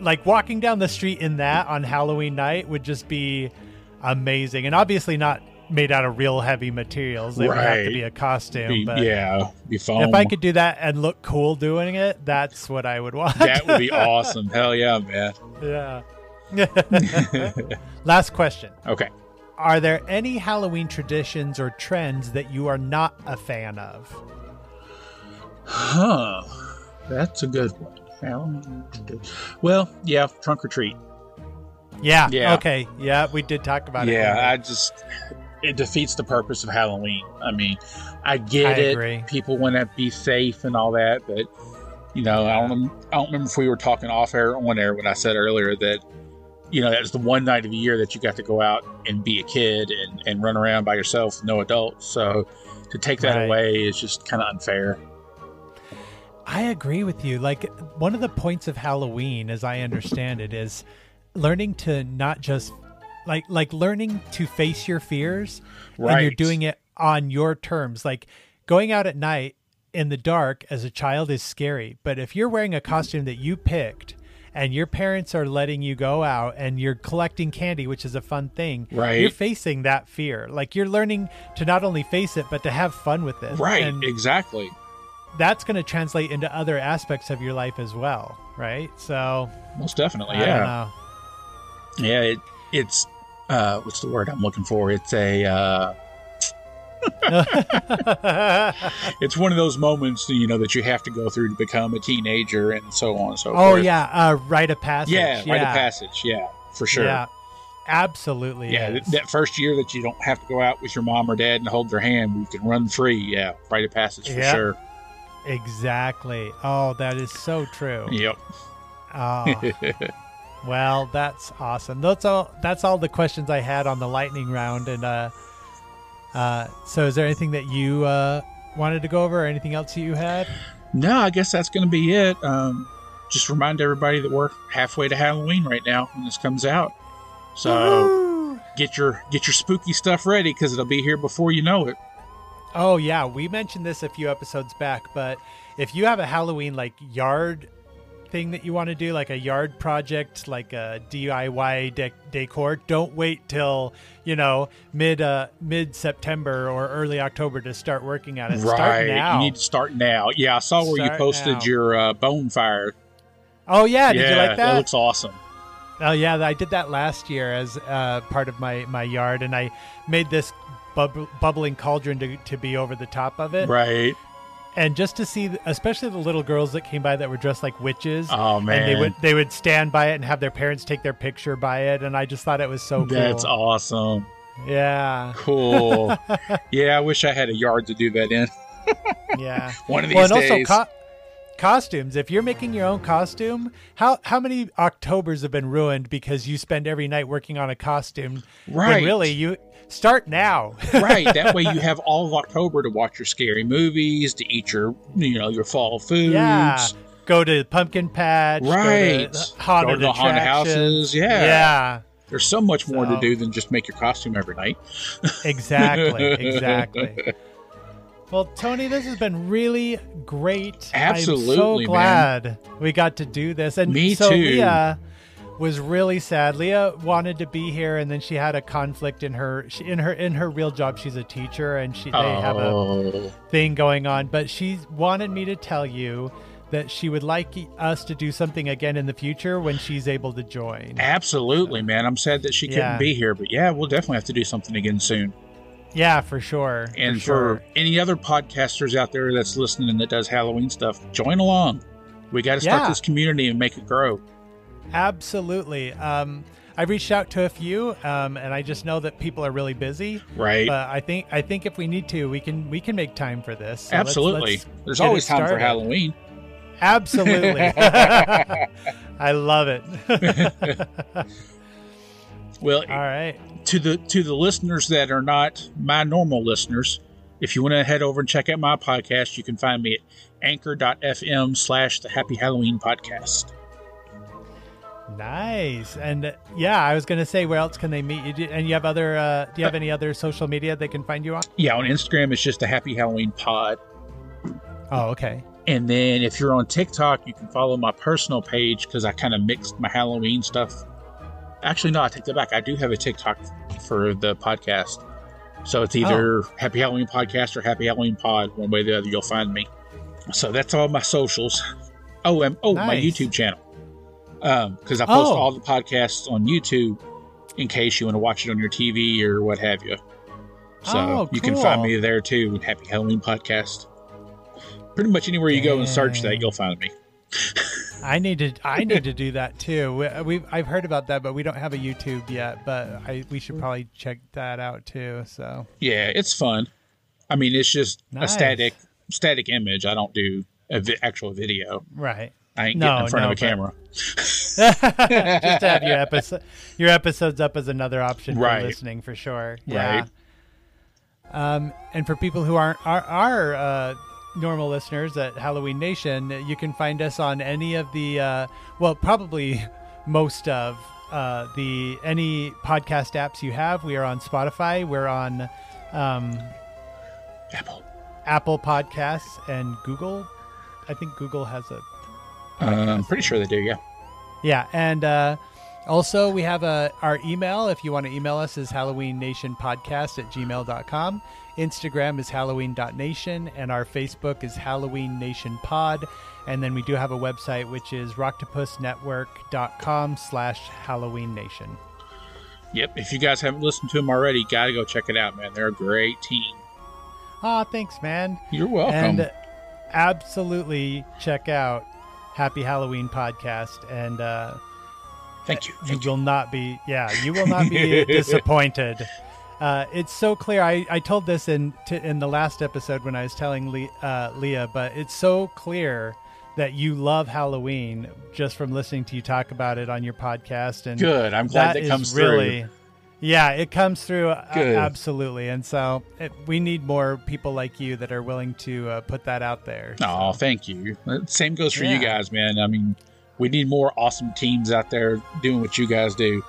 S2: like walking down the street in that on Halloween night would just be amazing. And obviously not made out of real heavy materials. It would have to
S1: Right.
S2: be a costume,
S1: Be,
S2: but
S1: yeah. um, Be foam.
S2: If I could do that and look cool doing it, that's what I would want.
S1: that would be awesome. Hell yeah, man.
S2: yeah. Last question.
S1: Okay.
S2: Are there any Halloween traditions or trends that you are not a fan of?
S1: Huh. That's a good one. Well, Well, yeah, trunk or treat.
S2: Yeah.
S1: Yeah.
S2: Okay. Yeah, we did talk about it.
S1: yeah,
S2: earlier.
S1: I just it defeats the purpose of Halloween. I mean, I get
S2: I
S1: it.
S2: agree.
S1: People want to be safe and all that, but you know, I don't. rem- I don't remember if we were talking off air or on air when I said earlier that you know that was the one night of the year that you got to go out and be a kid and and run around by yourself, with no adults. So to take that
S2: Right.
S1: away is just kind of unfair.
S2: I agree with you. Like one of the points of Halloween, as I understand it, is learning to not just like like learning to face your fears, and you're
S1: Right.
S2: doing it on your terms. Like going out at night in the dark as a child is scary, but if you're wearing a costume that you picked and your parents are letting you go out and you're collecting candy, which is a fun thing,
S1: Right.
S2: you're facing that fear. Like you're learning to not only face it but to have fun with it.
S1: Right?
S2: And-
S1: exactly.
S2: that's going to translate into other aspects of your life as well, right? So,
S1: Most definitely.
S2: I don't
S1: Yeah.
S2: know.
S1: Yeah, it, it's uh, what's the word I'm looking for? It's a uh,
S2: Oh,
S1: it's one of those moments you know that you have to go through to become a teenager and so on and so
S2: oh,
S1: forth.
S2: yeah, uh, rite of passage.
S1: yeah,
S2: yeah.
S1: rite of passage. Yeah, for sure.
S2: Yeah, absolutely.
S1: Yeah, th-
S2: is.
S1: that first year that you don't have to go out with your mom or dad and hold their hand, you can run free. Yeah, rite of passage for
S2: Yeah.
S1: sure.
S2: exactly. Oh, that is so true.
S1: Yep.
S2: Oh, well, that's awesome. That's all. That's all the questions I had on the lightning round. And uh, uh, so, is there anything that you uh, wanted to go over, or anything else that you had?
S1: no, I guess that's going to be it. Um, just remind everybody that we're halfway to Halloween right now when this comes out. So.
S2: Woohoo!
S1: get your get your spooky stuff ready because it'll be here before you know it.
S2: Oh yeah, we mentioned this a few episodes back, but if you have a Halloween like yard thing that you want to do, like a yard project, like a DIY dec decor, don't wait till you know mid uh, mid September or early October to start working on it. Start now.
S1: you need to start now. Yeah, I saw where you
S2: Start
S1: posted
S2: now.
S1: your uh, bonfire.
S2: oh yeah, did
S1: yeah,
S2: you like that?
S1: looks awesome.
S2: Oh yeah, I did that last year as uh, part of my my yard, and I made this bub- bubbling cauldron to to be over the top of it.
S1: Right?
S2: and just to see especially the little girls that came by that were dressed like witches
S1: Oh man,
S2: and they would they would stand by it and have their parents take their picture by it and i just thought it was so cool
S1: That's awesome.
S2: yeah
S1: Cool. yeah, I wish I had a yard to do that in
S2: yeah
S1: one of these
S2: well and
S1: days.
S2: also co- costumes if you're making your own costume how how many octobers have been ruined because you spend every night working on a costume when
S1: Right.
S2: really you start now
S1: right. That way you have all of October to watch your scary movies, to eat your you know your fall foods.
S2: yeah go to pumpkin patch
S1: Right.
S2: go to haunted,
S1: Go to the haunted
S2: attractions.
S1: houses, yeah.
S2: yeah
S1: There's so much more to
S2: So-
S1: do than just make your costume every night.
S2: Exactly. Exactly. well, Tony, this has been really great. I'm so
S1: Absolutely, man.
S2: glad we got to do this. And
S1: Me
S2: so
S1: too.
S2: Leah was really sad. Leah wanted to be here, and then she had a conflict in her she, in her in her real job. She's a teacher, and she they have a
S1: oh,
S2: thing going on, but she wanted me to tell you that she would like us to do something again in the future when she's able to join.
S1: Absolutely, man. I'm sad that she
S2: Yeah.
S1: couldn't be here, but yeah, we'll definitely have to do something again soon.
S2: Yeah, for sure.
S1: And for,
S2: sure.
S1: any other podcasters out there that's listening that does Halloween stuff, join along. We got to start
S2: Yeah.
S1: this community and make it grow.
S2: Absolutely. Um, I reached out to a few, um, and I just know that people are really busy.
S1: Right.
S2: But I think I think if we need to, we can we can make time for this. So let's-
S1: Absolutely.
S2: let's
S1: There's
S2: get
S1: always
S2: it
S1: time for
S2: started.
S1: Halloween.
S2: Absolutely. I love it.
S1: Well,
S2: All right.
S1: to the to the listeners that are not my normal listeners, if you want to head over and check out my podcast, you can find me at anchor.fm slash the Happy Halloween Podcast.
S2: Nice. And uh, yeah, I was going to say, where else can they meet you? Do, and you have other? Uh, do you have any other social media they can find you on?
S1: Yeah, on Instagram, it's just the Happy Halloween Pod.
S2: Oh, okay.
S1: And then if you're on TikTok, you can follow my personal page because I kind of mixed my Halloween stuff. Actually, no, I take that back. I do have a TikTok for the podcast. So
S2: Oh.
S1: it's either Happy Halloween Podcast or Happy Halloween Pod. One way or the other, you'll find me. So that's all my socials. Oh, and oh, my
S2: Nice.
S1: YouTube channel. because I post
S2: Oh.
S1: all the podcasts on YouTube in case you want to watch it on your TV or what have you. So
S2: Oh,
S1: you can find
S2: cool.
S1: me there too. with Happy Halloween podcast. Pretty much anywhere you go and search that,
S2: Dang.
S1: you'll find me.
S2: I need to I need to do that too. We, we've I've heard about that, but we don't have a YouTube yet. But I we should probably check that out too. So
S1: Yeah, it's fun. I mean, it's just a
S2: Nice.
S1: static static image. I don't do a vi- actual video.
S2: right,
S1: I ain't
S2: No,
S1: getting in front of
S2: no,
S1: a
S2: but-
S1: camera.
S2: just to have your episode your episodes up as another option
S1: Right.
S2: for listening for sure.
S1: Right.
S2: Yeah. Um, and for people who aren't are, are uh, normal listeners at Halloween Nation, you can find us on any of the uh, well, probably most of uh, the any podcast apps you have. We are on Spotify. We're on. Um,
S1: Apple.
S2: Apple Podcasts and Google. I think Google has a
S1: Uh, I'm pretty sure they do. Yeah.
S2: yeah, and uh, also we have a our email if you want to email us is Halloween Nation Podcast at gmail.com. Instagram is Halloween.nation and our Facebook is Halloween Nation Pod. And then we do have a website which is rocktopusnetwork.com slash Halloween Nation.
S1: Yep. If you guys haven't listened to them already, gotta go check it out, man. They're a great team.
S2: Ah, thanks, man.
S1: You're welcome.
S2: And absolutely check out Happy Halloween Podcast and uh
S1: Thank you.
S2: you
S1: Thank you.
S2: will not be yeah you will not be disappointed uh, it's so clear i, I told this in to, in the last episode when i was telling Le- uh, leah but it's so clear that you love halloween just from listening to you talk about it on your podcast and
S1: Good. I'm glad that,
S2: is
S1: comes
S2: really
S1: through.
S2: yeah it comes through uh,
S1: Good.
S2: absolutely and so it, we need more people like you that are willing to uh, put that out there
S1: Oh, thank you. Same goes for you
S2: Yeah.
S1: guys, man. I mean, we need more awesome teams out there doing what you guys do.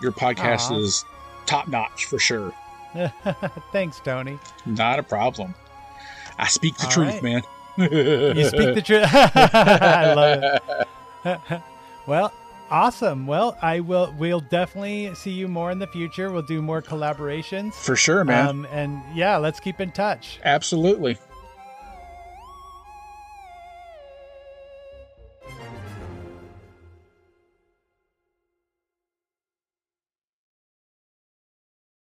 S1: Your podcast
S2: Aw.
S1: is top notch for sure.
S2: thanks tony
S1: Not a problem. I speak the
S2: All
S1: truth,
S2: right.
S1: man.
S2: you speak the truth i love it well awesome well i will we'll definitely see you more in the future we'll do more collaborations
S1: For sure, man.
S2: um and yeah let's keep in touch
S1: Absolutely.